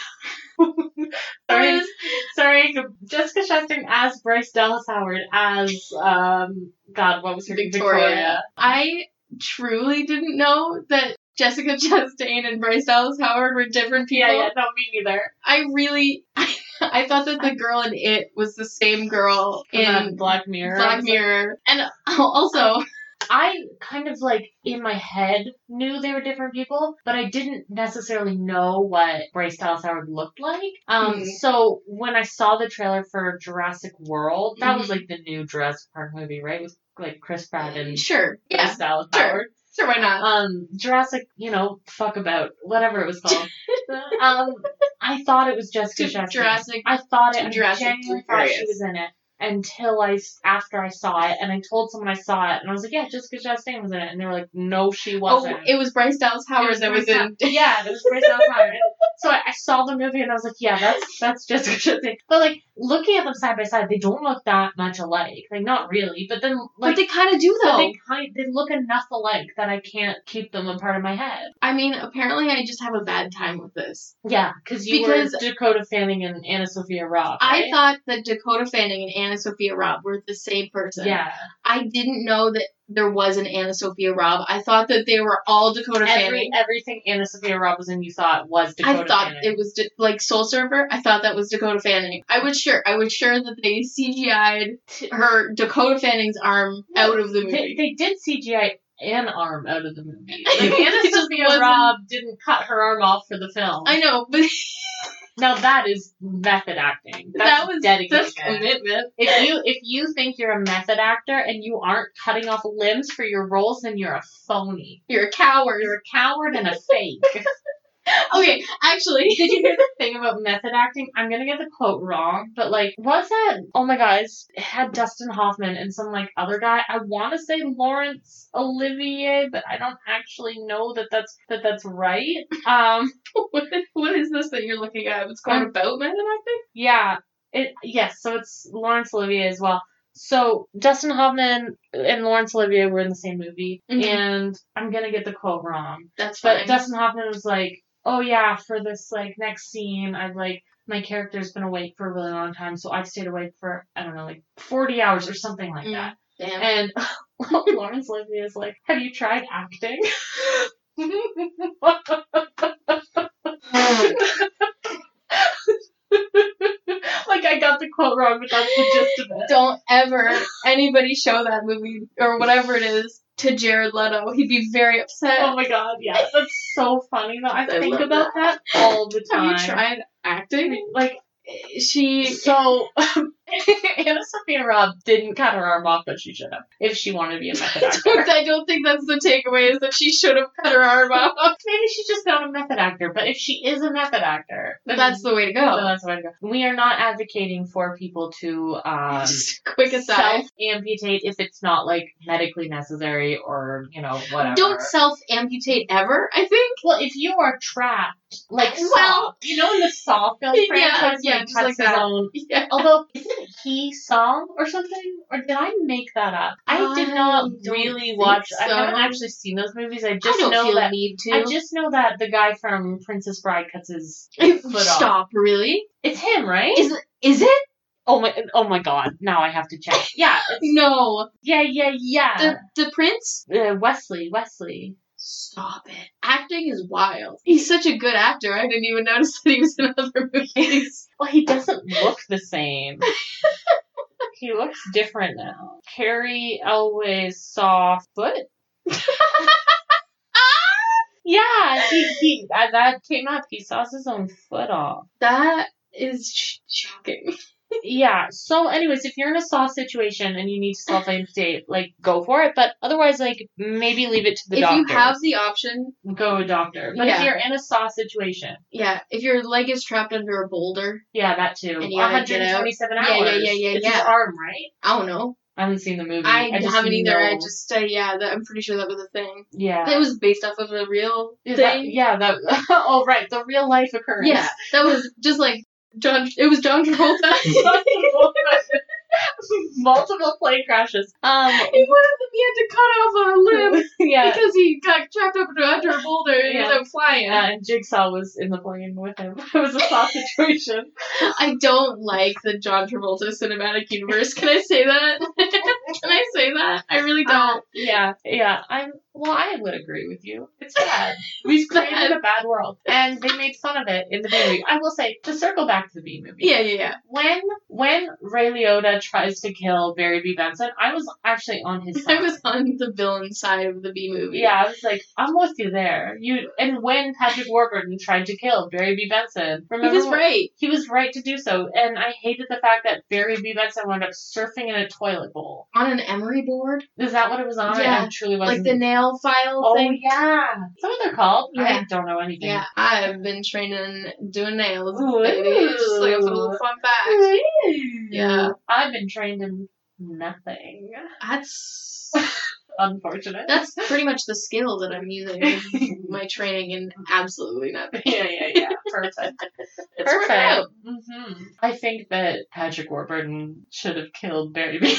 It starring, was- starring Jessica Chastain as Bryce Dallas Howard as um God, what was her name? Victoria. I truly didn't know that Jessica [laughs] Chastain and Bryce Dallas Howard were different people. Yeah, yeah, not me neither. I really, [laughs] I, thought that the girl in it was the same girl From that in Black Mirror. Black Mirror, and [laughs] also I kind of like in my head knew they were different people, but I didn't necessarily know what Bryce Dallas Howard looked like. Um, Mhm. so when I saw the trailer for Jurassic World, that was Mhm. like the new Jurassic Park movie, right? With like Chris Pratt and sure, yeah, Bryce Dallas sure. Howard. sure, why not? Um, Jurassic, you know, fuck about whatever it [laughs] was called. um, I thought it was Jessica Chastain. Jurassic. I thought it. To I Jurassic genuinely thought she Furious. was in it until I s- after I saw it, and I told someone I saw it, and I was like, "Yeah, Jessica Chastain was in it," and they were like, "No, she Oh, wasn't." it was Bryce Dallas Howard was that was Bryce in. [laughs] yeah, it was Bryce Dallas Howard. And So I, I saw the movie and I was like, "Yeah, that's that's Jessica Chastain." But like looking at them side by side, they don't look that much alike. Like not really, but then But like. they kind of do though. but they kind they look enough alike that I can't keep them apart in my head. I mean, apparently I just have a bad time with this. Yeah, cause you Because- were Dakota Fanning and Anna Sophia Robb. I right? thought that Dakota Fanning and Anna Sophia Robb were the same person. yeah, I didn't know that there was an Anna Sophia Robb. I thought that they were all Dakota Every, Fanning. everything Anna Sophia Robb was in, you thought was Dakota I thought Fanning. it was Da- like Soul Surfer. I thought that was Dakota Fanning. I was sure. I was sure that they CGI'd her Dakota Fanning's arm No, out of the they, movie. they did CGI an arm out of the [laughs] movie. It Like, Anna just Sophia wasn't- Robb didn't cut her arm off for the film. I know, but now that is method acting. That's that was dedication. that's commitment. if you if you think you're a method actor and you aren't cutting off limbs for your roles, then you're a phony. You're a coward. You're a coward and a fake. Okay, actually, [laughs] Did you hear the thing about method acting? I'm gonna get the quote wrong, but like, was that? Oh my god, it's- it had Dustin Hoffman and some like other guy. I want to say Lawrence Olivier, but I don't actually know that that's that that's right. [laughs] Um, what, [laughs] what is this that you're looking at? It's called Um, about method acting. yeah, it yes. So it's Lawrence Olivier as well. So Dustin Hoffman and Lawrence Olivier were in the same movie, Mhm. and I'm gonna get the quote wrong. That's But fine. Dustin Hoffman was like, "Oh yeah, for this like next scene, I've like my character's been awake for a really long time, so I've stayed awake for I don't know like forty hours or something like Mm. that." Damn. And [laughs] Lawrence Olivier is like, "Have you tried acting?" [laughs] like I got the quote wrong, but that's the gist of [laughs] it. [laughs] Don't ever anybody show that movie or whatever it is to Jared Leto. He'd be very upset. Oh my god, yeah, that's so funny though. I, I think love about that. [laughs] all the time. Have you tried acting? Like She So, [laughs] Anna Sophia Robb didn't cut her arm off, but she should have if she wanted to be a [laughs] method actor. [laughs] I don't think that's the takeaway is that she should have cut her arm off. Maybe she's just not a method actor, but if she is a method actor, then That's the way to then go. that's the way to go. We are not advocating for people to um, Just a quick aside. self amputate if it's not like medically necessary or you know whatever. Don't self amputate ever, I think. well, if you are trapped, like Well- Saw, you know, in the Saw film Yeah, franchise, [laughs] yeah, yeah, just cuts like his that. own Yeah. Although, isn't wasn't he Psalm or something? Or did I make that up? I, did I not don't really think watch. I so. haven't actually seen those movies. I I just don't know feel that. the need to. I just know that the guy from Princess Bride cuts [laughs] his. [laughs] off. Stop, really? It's him, right? Is is it? oh my! Oh my God! Now I have to check. [laughs] Yeah. it's- No. yeah. Yeah. Yeah. The the prince? uh, Wesley. Wesley. Stop it. Acting is wild. He's such a good actor. I didn't even notice that he was in other [laughs] movies. Well, he doesn't look the [laughs] same. he looks different now. Carrie Elway's saw [laughs] foot. Ah! Yeah, he, he uh, that came up. He saws his own foot off. that is sh- shocking. Yeah. So, anyways, if you're in a saw situation and you need to self amputate, like go for it. But otherwise, like maybe leave it to the if doctor. you have the option, go to a doctor. But if Yeah. you're in a saw situation, yeah, if your leg is trapped under a boulder, yeah, that too. And you gotta get out. 127 Yeah, hours. yeah, yeah, yeah, It's yeah. his arm, right? I don't know. I haven't seen the movie. I, just haven't either. I know- just, uh, yeah, that, I'm pretty sure that was a thing. yeah. That was based off of a real Is thing. that- yeah, that. [laughs] oh, right, the real life occurrence. Yeah, that was just like John. It was John Travolta. [laughs] in one [laughs] Multiple plane crashes. Um. [laughs] [laughs] of them, he had to cut off a limb Yeah. because he got trapped up under, under a boulder and he Yeah. ended up flying. Yeah, and Jigsaw was in the plane with him. [laughs] It was a saw situation. I don't like the John Travolta cinematic universe. Can I say that? [laughs] Can I say that? [laughs] I really Uh, don't. [laughs] yeah, yeah. I'm well. I would agree with you. It's [laughs] bad. We've created a bad world, and they made fun of it in the B movie. I will say to circle back to the B movie. Yeah, yeah, yeah. When when Ray Liotta tries to kill Barry B Benson, I was actually on his side. [laughs] I was on the villain side of the B movie. Yeah, I was like, I'm with you there. You and when Patrick Warburton tried to kill Barry B. Benson, He remember was when- right. he was right to do so, and I hated the fact that Barry B. Benson wound up surfing in a toilet bowl. On an emery board, Is that what it was on? Yeah, I truly like wasn't. the nail file oh thing. yeah, is that what they're called? Yeah. I don't know anything. Yeah, I've been training doing nails, Ooh. baby. It's Just like a little fun fact. Yeah. I've been trained in nothing. That's Unfortunate. [laughs] that's pretty much the skill that I'm using in my training in absolutely nothing. yeah, yeah, yeah. Perfect. It's worked out. hmm I think that Patrick Warburton should have killed Barry B.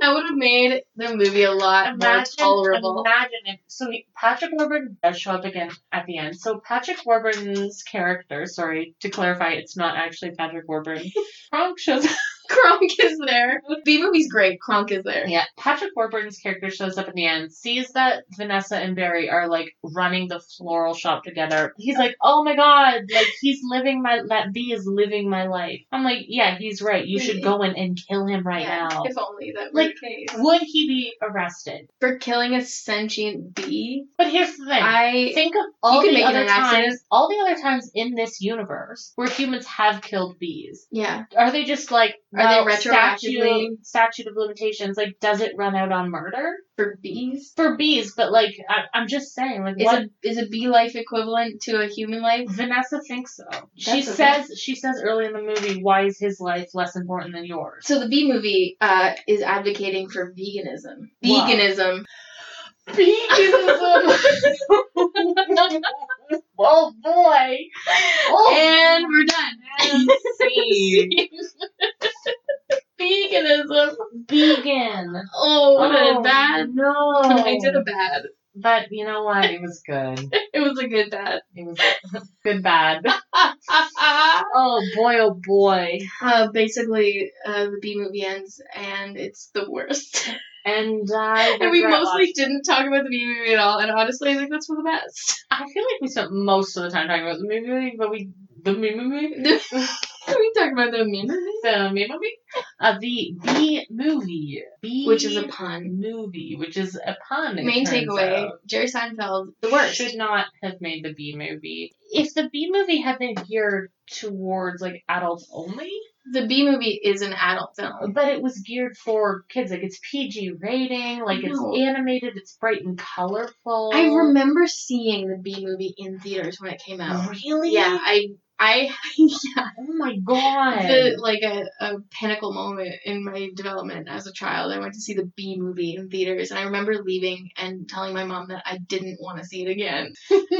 That would have made the movie a lot more tolerable. Imagine if so he- Patrick Warburton does show up again at the end. So Patrick Warburton's character, sorry, to clarify, it's not actually Patrick [laughs] Warburton. Kronk shows Kronk is there. B movie's great. Kronk is there. Yeah. Patrick Warburton's character shows up in the end, sees that Vanessa and Barry are like running the floral shop together. He's like, Oh my god, like he's living my that bee is living my life. I'm like, Yeah, he's right. You should go in and kill him right Yeah, now. If only that were Like, the case. Would he be arrested? For killing a sentient bee, But here's the thing. I think of all the can make it other an accident. times all the other times in this universe where humans have killed bees yeah. are they just like Are well, they retroactively- statute, statute of limitations like does it run out on murder For bees, for bees but like I, i'm just saying like is what a is a bee life equivalent to a human life? vanessa thinks so she a thing. says she says early in the movie why is his life less important than yours So the bee movie uh, is advocating for veganism. Wow. Veganism. [laughs] veganism [laughs] oh boy oh And we're done. and see. [laughs] veganism. vegan Oh, what a bad. [laughs] No. I did Oh. a bad. But you know what? It was good. It was a good bad. [laughs] It was good bad. [laughs] Oh boy, oh boy. uh, basically, uh, the B movie ends, and it's the worst. And I [laughs] and we regret mostly watching- didn't talk about the B movie at all. And honestly, I think that's for the best. [laughs] I feel like we spent most of the time talking about the meme movie, but we the meme movie we talked about the meme movie, the meme movie? Uh the B movie. B which is a pun. movie, which is a pun. it Main turns takeaway: out. Jerry Seinfeld, the worst. Should not have made the B movie. If the B movie had been geared towards like adults only, the B movie is an adult film. but it was geared for kids. Like it's PG rating, like it's No. animated, it's bright and colorful. I remember seeing the B movie in theaters when it came out. Really? Mm-hmm. Yeah, I I Oh my god. the, like a, a pinnacle moment in my development as a child. I went to see the B movie in theaters, and I remember leaving and telling my mom that I didn't want to see it [laughs] again.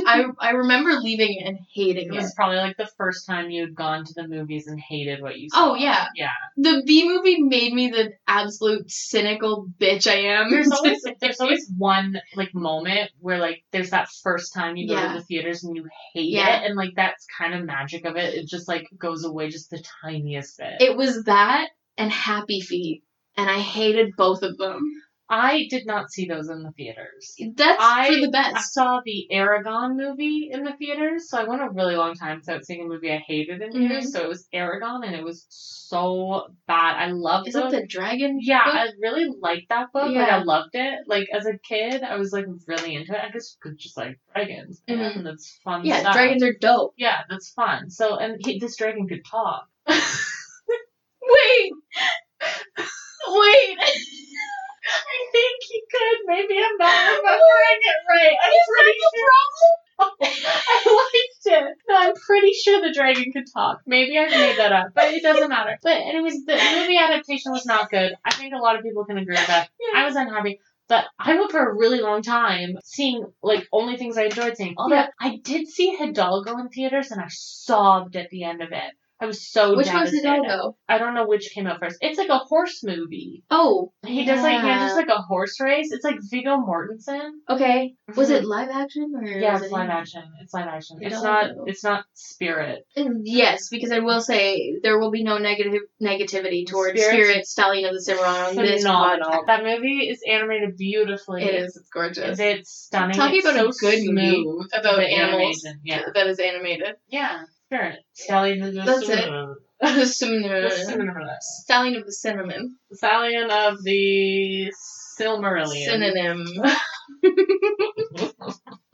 I I remember leaving and hating it it. was probably like the first time you'd gone to the movies and hated what you saw. Oh yeah, Yeah. the B movie made me the absolute cynical bitch I [laughs] am. [laughs] There's always there's always one like moment where like there's that first time you go Yeah. to the theaters and you hate Yeah. it and like that's kind of magic of it. It just like goes away just the tiniest bit. it was that and Happy Feet, and I hated both of them. I did not see those in the theaters. That's I- for the I best. saw the Aragon movie in the theaters, so I went a really long time without seeing a movie I hated in theaters. So it was Aragon, and it was so bad. I loved Is it. that the dragon? Yeah, book? I really liked that book. Like Yeah. I loved it. Like as a kid, I was like really into it. I just could just like dragons. man, Mhm. that's fun. yeah, stuff. dragons are dope. Yeah, that's fun. So and he, this dragon could talk. [laughs] Wait, wait. I think he could. Maybe I'm [laughs] not remembering it right. I'm pretty sure. [laughs] I liked it. No, I'm pretty sure the dragon could talk. Maybe I made that up, but it doesn't matter. But anyways, the movie adaptation was not good. I think a lot of people can agree with that. I was unhappy. But I went for a really long time seeing like only things I enjoyed seeing. Although Yeah. I did see Hidalgo in theaters and I sobbed at the end of it. I was so Which one's devastated. Hidalgo? I don't know which came out first. It's like a horse movie. Oh, He does like he yeah. just like a horse race. It's like Vigo Mortensen. okay. Was Mhm. it live action or? Yeah, was it's it live action. It's live action. It's not. Hidalgo. It's not spirit. Yes, because I will say there will be no negative negativity towards Spirit- Spirit, Stallion of the Cimarron on this Phenomenal. podcast. That movie is animated beautifully. It is. It's gorgeous. It's stunning. Talk it's about so a good movie smooth. about the animals. animation. Yeah. That is animated. [laughs] Yeah. Spirit. Stallion of the That's it. The The Cimarron. Silmarillion. Stallion of the Cinnamon. Stallion of the Silmarillion. Synonym.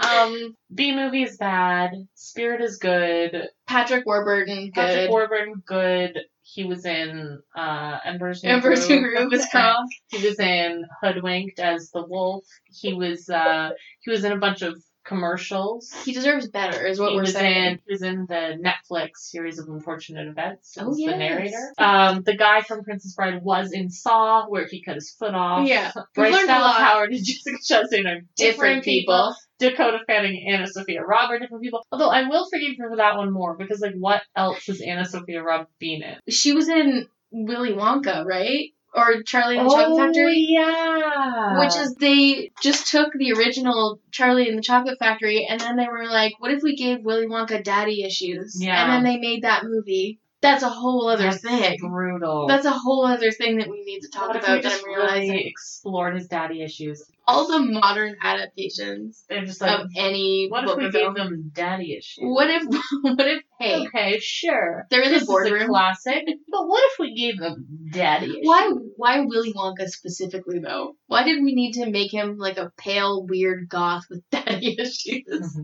Um, B movie is bad. Spirit is good. Patrick Warburton. Patrick Good. Warburton good. He was in uh, Emperor's New Emperor's New Groove. Groove is Carl. He was in Hoodwinked as the wolf. He was uh he was in a bunch of commercials. He deserves better, is what He we're was saying. in he was in the Netflix series of unfortunate events Oh, as the yes. narrator. Um the guy from Princess Bride was in Saw where he cut his foot off. Yeah. We've Bryce learned a Dallas lot. Howard and [laughs] Jessica Chastain are different, Different people. people. Dakota Fanning and Anna Sophia Robb are different people. Although I will forgive her for that one more because like what else has Anna Sophia Robb been in? She was in Willy Wonka, right? Or Charlie and the Chocolate Oh, Factory? yeah. Which is they just took the original Charlie and the Chocolate Factory and then they were like, what if we gave Willy Wonka daddy issues? Yeah. And then they made that movie. That's a whole other That's thing. brutal. That's a whole other thing that we need to talk What if we about that just I'm realizing. really explored his daddy issues. All the modern adaptations They're just like, of any what if book we or gave film. them daddy issues? What if, [laughs] what if, hey, Okay, sure. they're in This is the a boardroom. classic. But what if we gave them daddy issues? [laughs] Why why Willy Wonka specifically though? Why did we need to make him like a pale, weird goth with [laughs] daddy [laughs] issues?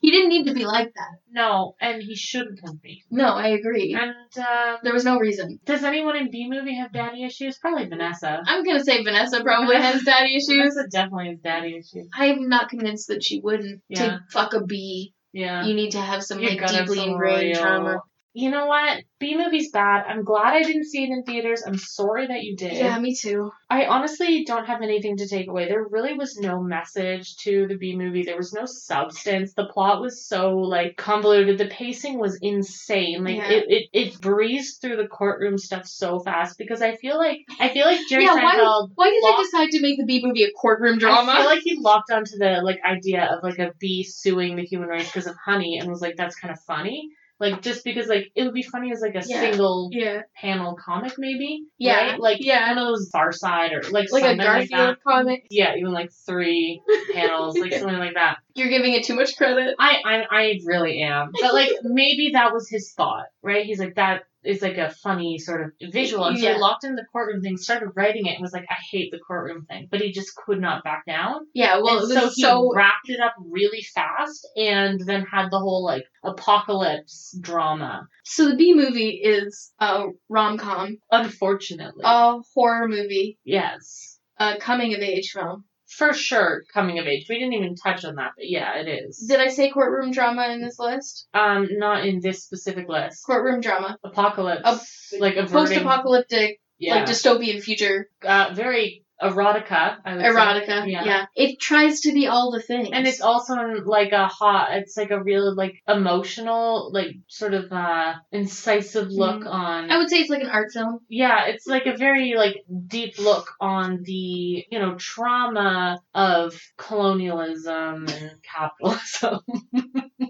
he didn't need to be like that. no, and he shouldn't have been. No, I agree. And um, There was no reason. does anyone in B movie have daddy issues? Probably Vanessa. I'm gonna say [laughs] Vanessa probably has daddy issues. Vanessa definitely has daddy issues. I'm not convinced that she wouldn't. Yeah. To fuck a bee, Yeah. you need to have some You're like gonna deeply have some ingrained real- trauma. You know what? B movie's bad. I'm glad I didn't see it in theaters. I'm sorry that you did. Yeah, me too. I honestly don't have anything to take away. There really was no message to the B movie. There was no substance. The plot was so like convoluted. The pacing was insane. Like Yeah. it, it, it breezed through the courtroom stuff so fast because I feel like I feel like Jerry Yeah, why- Seinfeld Why did Lost- they decide to make the bee movie a courtroom I [laughs] feel drama? like he locked onto the like idea of like a bee suing the human race because of honey and was like that's kind of funny. Like just because like it would be funny as like a Yeah. single yeah. panel comic maybe. Yeah. Right? Like Yeah. one of those Far Side or like Like a something like that. Garfield comic. Yeah, even like [laughs] three panels, like something like that. You're giving it too much credit. I, I I really am, but [laughs] like maybe that was his thought, right? He's like that is like a funny sort of visual, and so Yeah. he locked in the courtroom thing, started writing it, and was like, I hate the courtroom thing, but he just could not back down. Yeah, well, And it so was he so wrapped it up really fast, and then had the whole like apocalypse drama. So the B movie is a rom com, Oh. Unfortunately, a horror movie, yes, a coming of age film. for sure coming of age. We didn't even touch on that, but yeah, it is. Did I say courtroom drama in this list? Um, not in this specific list. Courtroom drama. Apocalypse, Ap- like averting, Post-apocalyptic, yeah, like dystopian future uh, very erotica. I would say. erotica. yeah. Yeah. It tries to be all the things. And it's also like a hot, it's like a real, like emotional, like sort of uh incisive look on. I would say it's like an art film. yeah, it's like a very like deep look on the you know trauma of colonialism and capitalism. [laughs]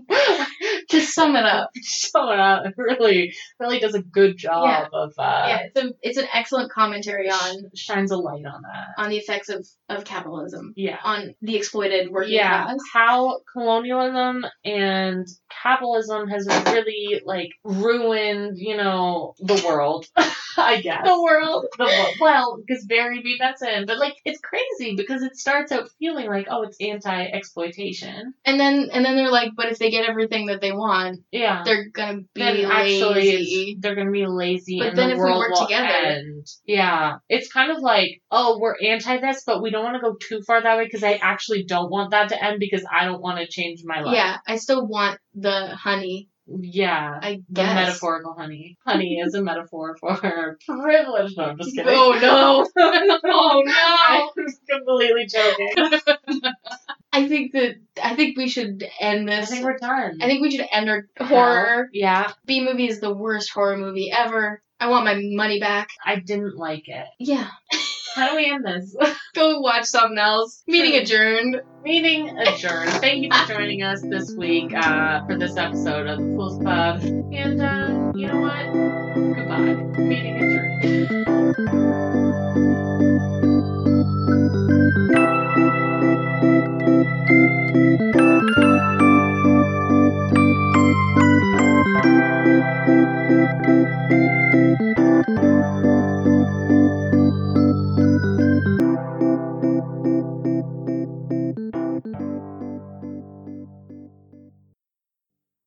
To sum it up. so uh, really, really does a good job of uh, yeah, it's, a, it's an excellent commentary on shines a light on that. on the effects of, of capitalism Yeah. on the exploited working yeah, class. how colonialism and capitalism has really like ruined, you know, the world. [laughs] I guess The world. the wo- [laughs] well, because Barry B. Benson, but like it's crazy because it starts out feeling like oh, it's anti exploitation. And then and then they're like, but if they get everything that they want, Yeah, they're gonna be then lazy. actually it's- they're gonna be lazy, But and then the if we world work will together- end. Yeah, it's kind of like oh, we're anti this, but we don't want to go too far that way because I actually don't want that to end because I don't want to change my life. yeah, I still want the honey. Yeah. I The guess. metaphorical honey. [laughs] Honey is a metaphor for [laughs] privilege. No, I'm just kidding. [laughs] Oh no! [laughs] no. Oh [laughs] no! I'm completely joking. I think that I think we should end I this. think we're done. I think we should end our horror. Yeah. B movie is the worst horror movie ever. I want my money back. I didn't like it. Yeah. How do we end this? [laughs] Go watch something else. Meeting True. adjourned. Meeting adjourned. Thank you for joining us this week uh, for this episode of the Fools Pub. And uh, you know what? Goodbye. Meeting adjourned.